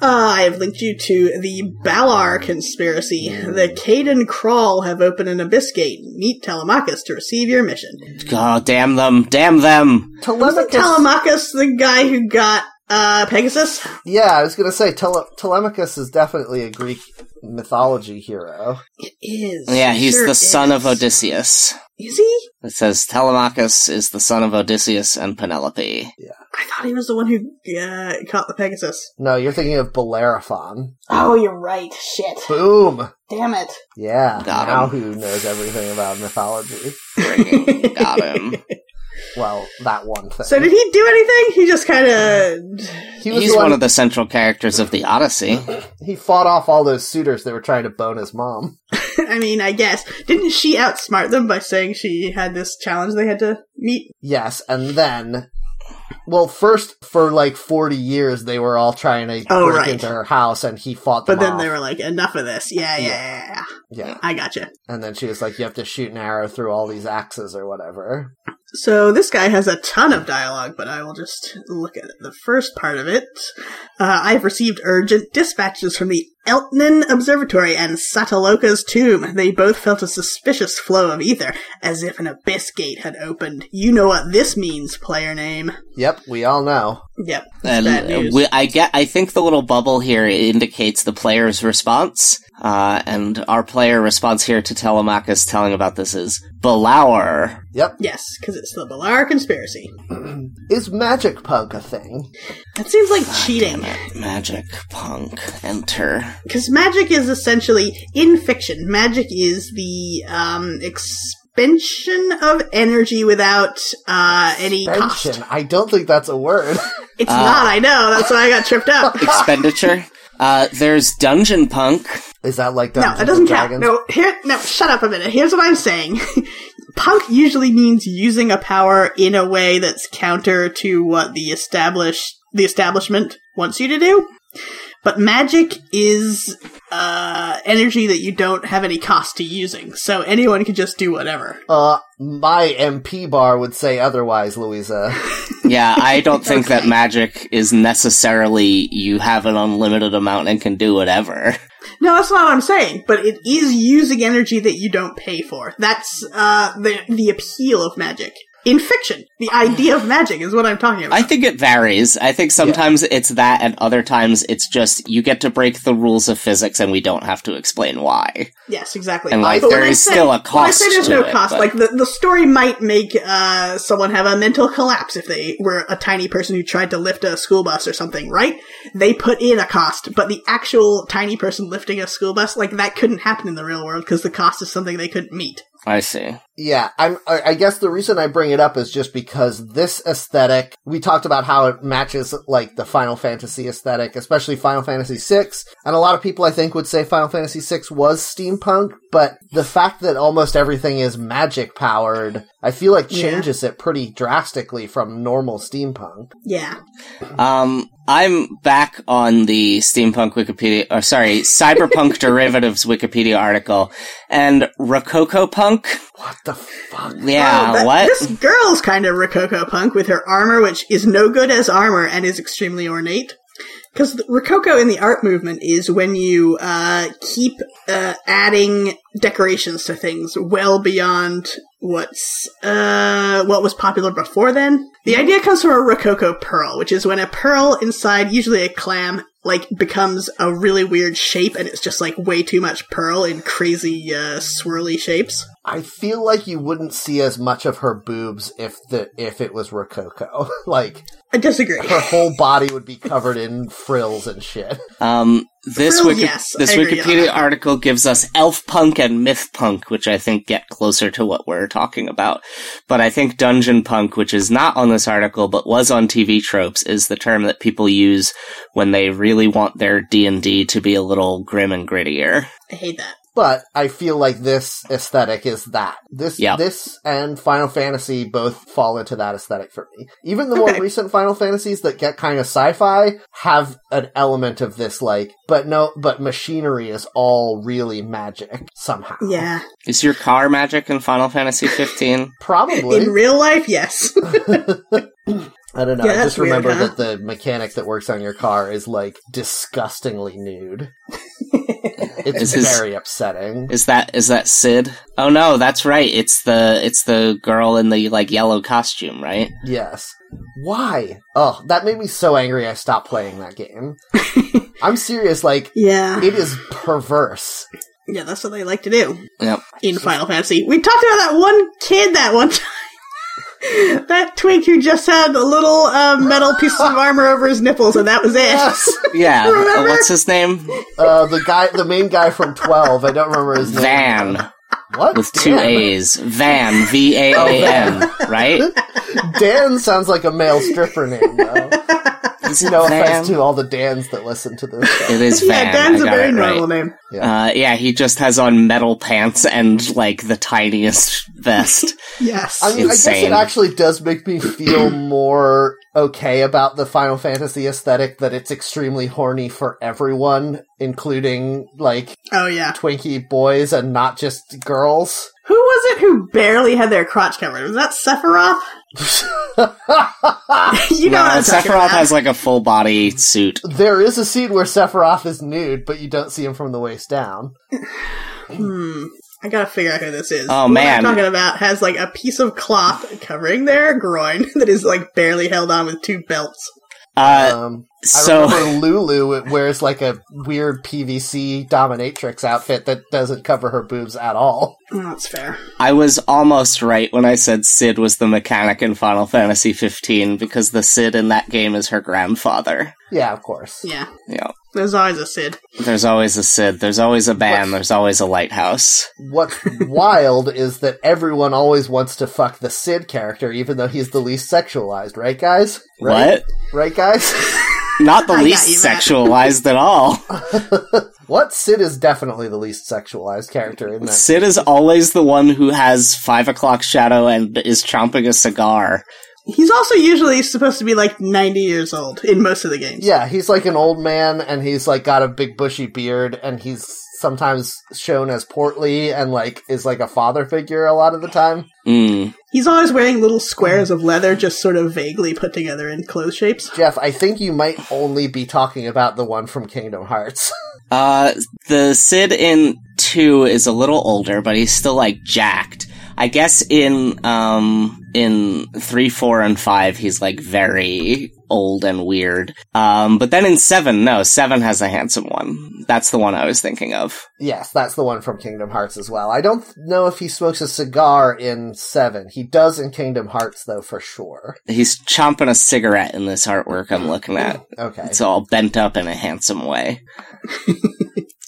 S2: Uh, I have linked you to the Balar conspiracy. The Caden Crawl have opened an abyss gate. Meet Telemachus to receive your mission.
S3: God damn them! Damn them!
S2: Wasn't
S1: Telemachus.
S2: Telemachus the guy who got uh, Pegasus?
S1: yeah, I was going to say Tele- Telemachus is definitely a Greek mythology hero.
S2: It is.
S3: Yeah, he's
S2: Sure
S3: the son
S2: is.
S3: of Odysseus.
S2: Is he?
S3: It says Telemachus is the son of Odysseus and Penelope.
S2: I thought he was the one who uh, caught the Pegasus.
S1: No, you're thinking of Bellerophon.
S2: Oh, you're right. Shit.
S1: Boom.
S2: Damn it.
S1: Yeah.
S3: Got
S1: now
S3: him.
S1: who knows everything about mythology?
S3: Got him.
S1: well, that one thing.
S2: So did he do anything? He just kind of.
S1: he was
S3: He's
S1: the
S3: one,
S1: one,
S3: of the central characters of the Odyssey.
S1: he fought off all those suitors that were trying to bone his mom.
S2: I mean, I guess didn't she outsmart them by saying she had this challenge they had to meet?
S1: Yes, and then well, first for like forty years they were all trying to
S2: Oh,
S1: break
S2: right.
S1: into her house, and he fought them.
S2: But then
S1: off.
S2: they were like, "Enough of this! Yeah, yeah, yeah, yeah.
S1: yeah,
S2: I gotcha."
S1: and then she was like, "You have to shoot an arrow through all these axes or whatever."
S2: So this guy has a ton of dialogue, but I will just look at the first part of it. Uh, I've received urgent dispatches from the Eltonin Observatory and Sataloka's tomb. They both felt a suspicious flow of ether, as if an abyss gate had opened. You know what this means, player name.
S1: Yep, we all know.
S2: Yep, it's bad
S3: And uh,
S2: news.
S3: we, I get, I think the little bubble here indicates the player's response, uh, and our player response here to Telemachus telling about this is Belaur.
S1: Yep,
S2: yes, because it's the Balar conspiracy.
S1: is magic punk a thing?
S2: That seems like cheating.
S3: Magic punk enter.
S2: because magic is essentially in fiction magic is the um expansion of energy without uh any cost
S1: Expansion. I don't think that's a word.
S2: it's not i know that's why i got tripped up
S3: Expenditure. Uh, there's dungeon punk.
S1: is that like
S2: no
S1: Dungeons
S2: it doesn't
S1: and
S2: count
S1: Dragons?
S2: no here no shut up a minute here's what i'm saying punk usually means using a power in a way that's counter to what the established the establishment wants you to do but magic is uh, energy that you don't have any cost to using, so anyone can just do whatever.
S1: Uh, my MP bar would say otherwise, Louisa.
S3: Yeah, I don't think that magic is necessarily you have an unlimited amount and can do whatever.
S2: No, that's not what I'm saying, but it is using energy that you don't pay for. That's uh, the, the appeal of magic. In fiction, the idea of magic is what I'm talking about.
S3: I think it varies. I think sometimes it's that and other times it's just you get to break the rules of physics and we don't have to explain why.
S2: yes, exactly.
S3: And, like,
S2: But when
S3: there
S2: I
S3: is
S2: say-
S3: still a
S2: When I
S3: cost
S2: say there's
S3: to
S2: no
S3: it,
S2: cost,
S3: but-
S2: like the, the story might make uh, someone have a mental collapse if they were a tiny person who tried to lift a school bus or something, right? They put in a cost, but the actual tiny person lifting a school bus, like that couldn't happen in the real world because the cost is something they couldn't meet.
S3: I see.
S1: yeah, I'm, I I guess the reason I bring it up is just because this aesthetic, we talked about how it matches, like, the Final Fantasy aesthetic, especially Final Fantasy VI, and a lot of people, I think, would say Final Fantasy VI was steampunk, but the fact that almost everything is magic powered, I feel like
S2: Yeah.
S1: changes it pretty drastically from normal steampunk.
S2: Yeah.
S3: Um, I'm back on the steampunk Wikipedia, or sorry, cyberpunk derivatives Wikipedia article, and Rococo punk.
S1: What the fuck?
S3: Yeah,
S2: Oh, that-
S3: what?
S2: This girl's kind of Rococo punk with her armor, which is no good as armor and is extremely ornate. Because Rococo in the art movement is when you uh, keep uh, adding decorations to things well beyond what's uh, what was popular before then. The idea comes from a Rococo pearl, which is when a pearl inside, usually a clam, like becomes a really weird shape, and it's just like way too much pearl in crazy uh, swirly shapes.
S1: I feel like you wouldn't see as much of her boobs if the if it was Rococo. like
S2: I disagree.
S1: her whole body would be covered in frills and shit.
S3: Um, this
S2: Frills,
S3: Wiki-
S2: yes,
S3: this
S2: I agree on
S3: Wikipedia
S2: that.
S3: article gives us elf punk and myth punk, which I think get closer to what we're talking about. But I think dungeon punk, which is not on this article but was on TV tropes, is the term that people use when they really want their D and D to be a little grim and grittier.
S2: I hate that.
S1: But I feel like this aesthetic is that. This
S3: Yeah.
S1: this and Final Fantasy both fall into that aesthetic for me. Even the more
S2: Okay.
S1: recent Final Fantasies that get kind of sci-fi have an element of this like but no but machinery is all really magic somehow.
S2: Yeah.
S3: Is your car magic in Final Fantasy 15?
S1: Probably.
S2: In real life, yes.
S1: I don't know.
S2: Yeah,
S1: I just
S2: that's weird,
S1: remember
S2: huh?
S1: that the mechanic that works on your car is like disgustingly nude. it's
S3: Is his-
S1: very upsetting.
S3: Is that is that Sid? Oh no, that's right. It's the it's the girl in the like yellow costume, right?
S1: yes. Why? Oh, that made me so angry I stopped playing that game. I'm serious, like
S2: yeah.
S1: it is perverse.
S2: Yeah, that's what they like to do
S3: Yep.
S2: in Final Fantasy. We talked about that one kid that one time. that twink who just had a little uh, metal piece of armor over his nipples, and that was it.
S3: Yeah.
S2: Remember?
S3: What's his name?
S1: Uh the guy the main guy from twelve, I don't remember his name.
S3: Van.
S1: What?
S3: with two
S1: Damn.
S3: A's. Van, V A A N, right?
S1: Dan sounds like a male stripper name, though.
S3: Is it
S1: No
S3: Van?
S1: offense to all the Dans that listen to this.
S3: It is Van.
S2: yeah, Dan's
S3: I
S2: a
S3: got
S2: very
S3: it right.
S2: normal name.
S3: Uh, yeah, he just has on metal pants and like the tiniest vest.
S2: Yes.
S1: I mean, I guess it
S3: Insane.
S1: actually does make me feel more okay about the Final Fantasy aesthetic that it's extremely horny for everyone, including like
S2: oh yeah.
S1: Twinkie boys and not just girls.
S2: Who was it who barely had their crotch covered? Was that Sephiroth? you know
S3: no,
S2: what I'm talking
S3: Uh, Sephiroth
S2: about.
S3: has like a full body suit.
S1: there is a scene where Sephiroth is nude, but you don't see him from the waist down.
S2: Hmm. I gotta figure out who this is.
S3: Oh,
S2: The one
S3: man.
S2: I'm talking about has like a piece of cloth covering their groin that is like barely held on with two belts.
S3: Uh,
S1: Um,
S3: so
S1: I remember Lulu it wears like a weird PVC dominatrix outfit that doesn't cover her boobs at all.
S2: Oh, that's fair.
S3: I was almost right when I said Sid was the mechanic in Final Fantasy 15 because the Sid in that game is her grandfather.
S1: Yeah, of course.
S2: Yeah.
S3: Yeah.
S2: There's always a Sid.
S3: There's always a Sid. There's always a Ban. There's always a lighthouse.
S1: What's wild is that everyone always wants to fuck the Sid character, even though he's the least sexualized, right, guys? Right?
S3: What?
S1: Right, guys?
S3: Not the
S2: I got you,
S3: least
S2: Matt.
S3: sexualized at all.
S1: what? Sid is definitely the least sexualized character in that.
S3: Sid is always the one who has five o'clock shadow and is chomping a cigar.
S2: He's also usually supposed to be like 90 years old in most of the games.
S1: Yeah, he's like an old man, and he's like got a big bushy beard, and he's sometimes shown as portly and like is like a father figure a lot of the time.
S3: Mm.
S2: He's always wearing little squares of leather just sort of vaguely put together in clothes shapes.
S1: Jeff, I think you might only be talking about the one from Kingdom Hearts.
S3: Uh, the Sid in two is a little older, but he's still like jacked. I guess in um in three, four, and five, he's like very old and weird. Um, but then in seven, no, seven has a handsome one. That's the one I was thinking of.
S1: Yes, that's the one from Kingdom Hearts as well. I don't know if he smokes a cigar in 7. He does in Kingdom Hearts, though, for sure.
S3: He's chomping a cigarette in this artwork I'm looking at.
S1: Okay.
S3: It's all bent up in a handsome way.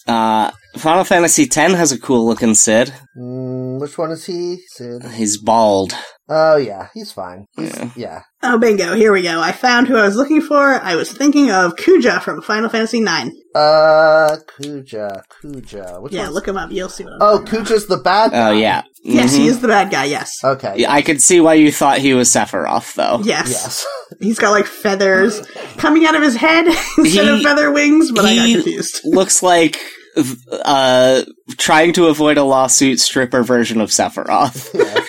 S3: uh, Final Fantasy X has a cool looking Sid.
S1: Mm, which one is he? Sid.
S3: He's bald.
S1: Oh, yeah, he's fine.
S3: Yeah.
S1: Yeah.
S2: Oh, bingo. Here we go. I found who I was looking for. I was thinking of Kuja from Final Fantasy IX.
S1: Uh, Kuja, Kuja. Which
S2: Yeah,
S1: one's-
S2: look him up. You'll see what I'm
S1: Oh, Kuja's the bad
S3: Oh
S2: Uh,
S1: guy.
S3: yeah.
S2: Yes,
S3: Mhm.
S2: he is the bad guy, yes.
S1: Okay.
S3: Yeah, I could see why you thought he was Sephiroth, though.
S2: Yes.
S1: Yes.
S2: He's got like feathers coming out of his head instead of
S3: He-
S2: feather wings, but I got
S3: he-
S2: confused.
S3: Looks like uh, trying to avoid a lawsuit stripper version of Sephiroth.
S1: Yes.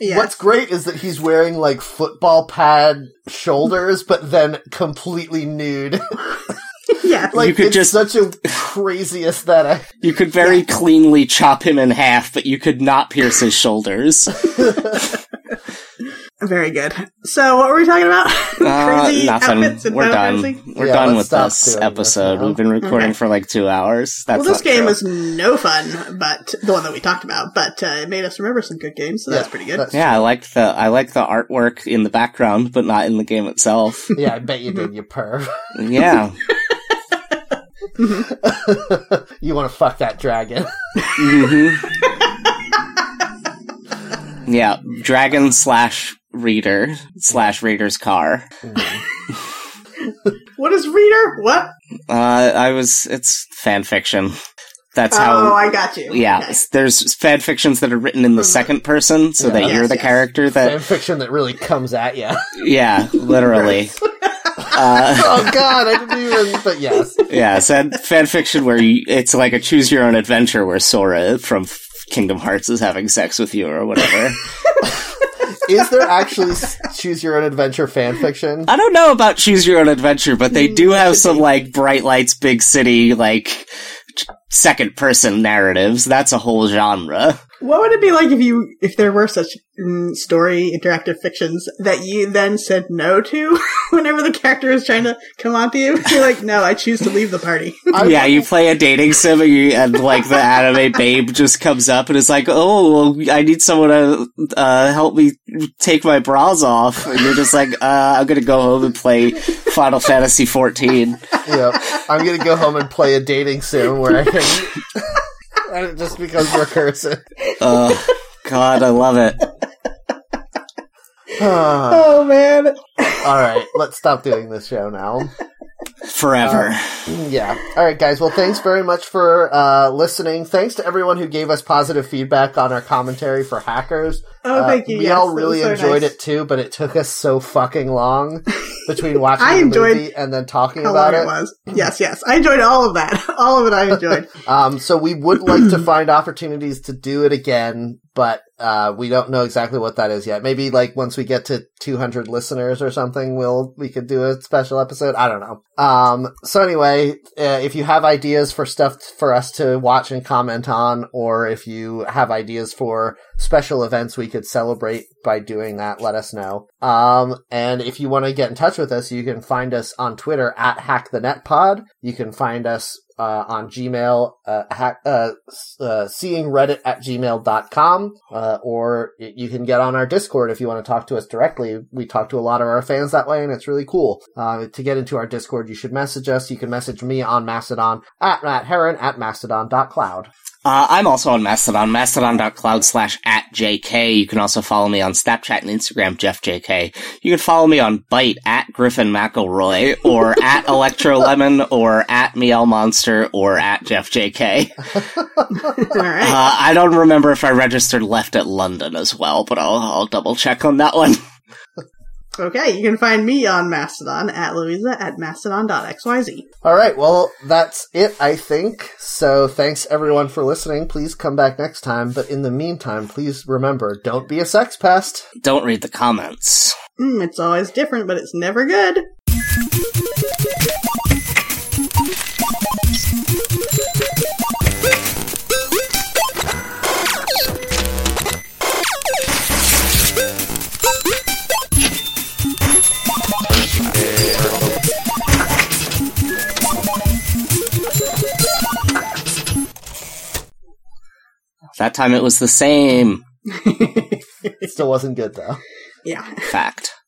S2: Yeah.
S1: What's great is that he's wearing like football pad shoulders, but then completely nude.
S2: yeah.
S1: like
S3: You could
S1: it's
S3: just-
S1: such a crazy aesthetic.
S3: You could very cleanly chop him in half, but you could not pierce his shoulders.
S2: Very good. So what were we talking about?
S3: Uh,
S2: Crazy outfits
S3: nothing.
S2: in
S3: We're
S2: Final
S3: done.
S2: Fantasy?
S3: We're
S1: Yeah,
S3: done
S1: let's
S3: with
S1: stop
S3: this
S1: doing this
S3: episode.
S1: now.
S3: We've been recording
S2: Okay.
S3: for like two hours. That's
S2: well, this
S3: not
S2: game
S3: true.
S2: was no fun, but the one that we talked about, but uh, it made us remember some good games, so that's
S1: Yeah,
S2: pretty good.
S1: that's-
S3: Yeah, I liked the I liked the artwork in the background, but not in the game itself.
S1: Yeah, I bet you did, you perv.
S3: yeah.
S1: you want to fuck that dragon.
S3: hmm Mm-hmm. yeah. Dragon slash reader slash reader's car.
S2: What is reader? What?
S3: Uh, I was. It's fan fiction. That's
S2: oh,
S3: how.
S2: I got you.
S3: yeah,
S2: Okay.
S3: there's fan fictions that are written in the second person, so that
S1: Yeah.
S3: you're
S2: Yes,
S3: the
S2: yes.
S3: character that
S1: Fan fiction that really comes at you.
S3: Yeah, literally. uh,
S1: oh god, I didn't even. But yes,
S3: yeah, sad fan fiction where you, it's like a choose your own adventure where Sora from F- Kingdom Hearts is having sex with you or whatever.
S1: is there actually s- choose your own adventure fan fiction?
S3: I don't know about choose your own adventure, but they do have some like bright lights, big city, like t- second person narratives. That's a whole genre.
S2: What would it be like if you if there were such mm, story interactive fictions that you then said no to whenever the character is trying to come on to you? You're like, no, I choose to leave the party.
S1: I-
S3: yeah, you play a dating sim and, you, and like the anime babe just comes up and is like, "Oh, well, I need someone to uh, help me take my bras off," and you're just like, uh, "I'm gonna go home and play Final Fantasy 14."
S1: Yep. I'm gonna go home and play a dating sim where I can. and it just becomes recursive.
S3: Oh God, I love it.
S1: All
S2: oh man.
S1: right, let's stop doing this show now.
S3: Forever.
S1: Yeah. All right, guys. Well, thanks very much for uh, listening. Thanks to everyone who gave us positive feedback on our commentary for Hackers.
S2: Oh,
S1: Uh,
S2: thank you.
S1: We
S2: yes,
S1: all
S2: that
S1: really
S2: was so
S1: enjoyed
S2: nice.
S1: it too, but it took us so fucking long between watching
S2: I
S1: the
S2: enjoyed
S1: movie and then talking
S2: How
S1: about
S2: long it
S1: it.
S2: was. Yes, yes. I enjoyed all of that. All of it I enjoyed.
S1: Um, so we would like to find opportunities to do it again, but uh, we don't know exactly what that is yet. Maybe like once we get to 200 listeners or something, we'll we could do a special episode. I don't know. Um, so anyway, uh, if you have ideas for stuff for us to watch and comment on, or if you have ideas for special events we could celebrate by doing that, let us know. Um, and if you want to get in touch with us, you can find us on Twitter at HackTheNetPod. You can find us uh, on Gmail, uh, hack, uh, s- uh, seeing Reddit at gmail.com, uh, or y- you can get on our Discord if you want to talk to us directly. We talk to a lot of our fans that way, and it's really cool. Uh, to get into our Discord, you should message us. You can message me on Mastodon at Matt Heron at mastodon.cloud.
S3: Uh, I'm also on Mastodon, mastodon.cloud slash at JK. You can also follow me on Snapchat and Instagram, JeffJK. You can follow me on Byte at Griffin McElroy or at Electrolemon or at Meow Monster or at JeffJK.
S2: all right.
S3: Uh, I don't remember if I registered left at London as well, but I'll, I'll double check on that one.
S2: Okay, you can find me on Mastodon at Louisa at mastodon.xyz.
S1: All right. Well, that's it, I think. So thanks everyone for listening. Please come back next time. But in the meantime, please remember, don't be a sex pest.
S3: Don't read the comments.
S2: Mm, it's always different, but it's never good.
S3: That time it was the same
S1: It still wasn't good though.
S2: Yeah.
S3: fact.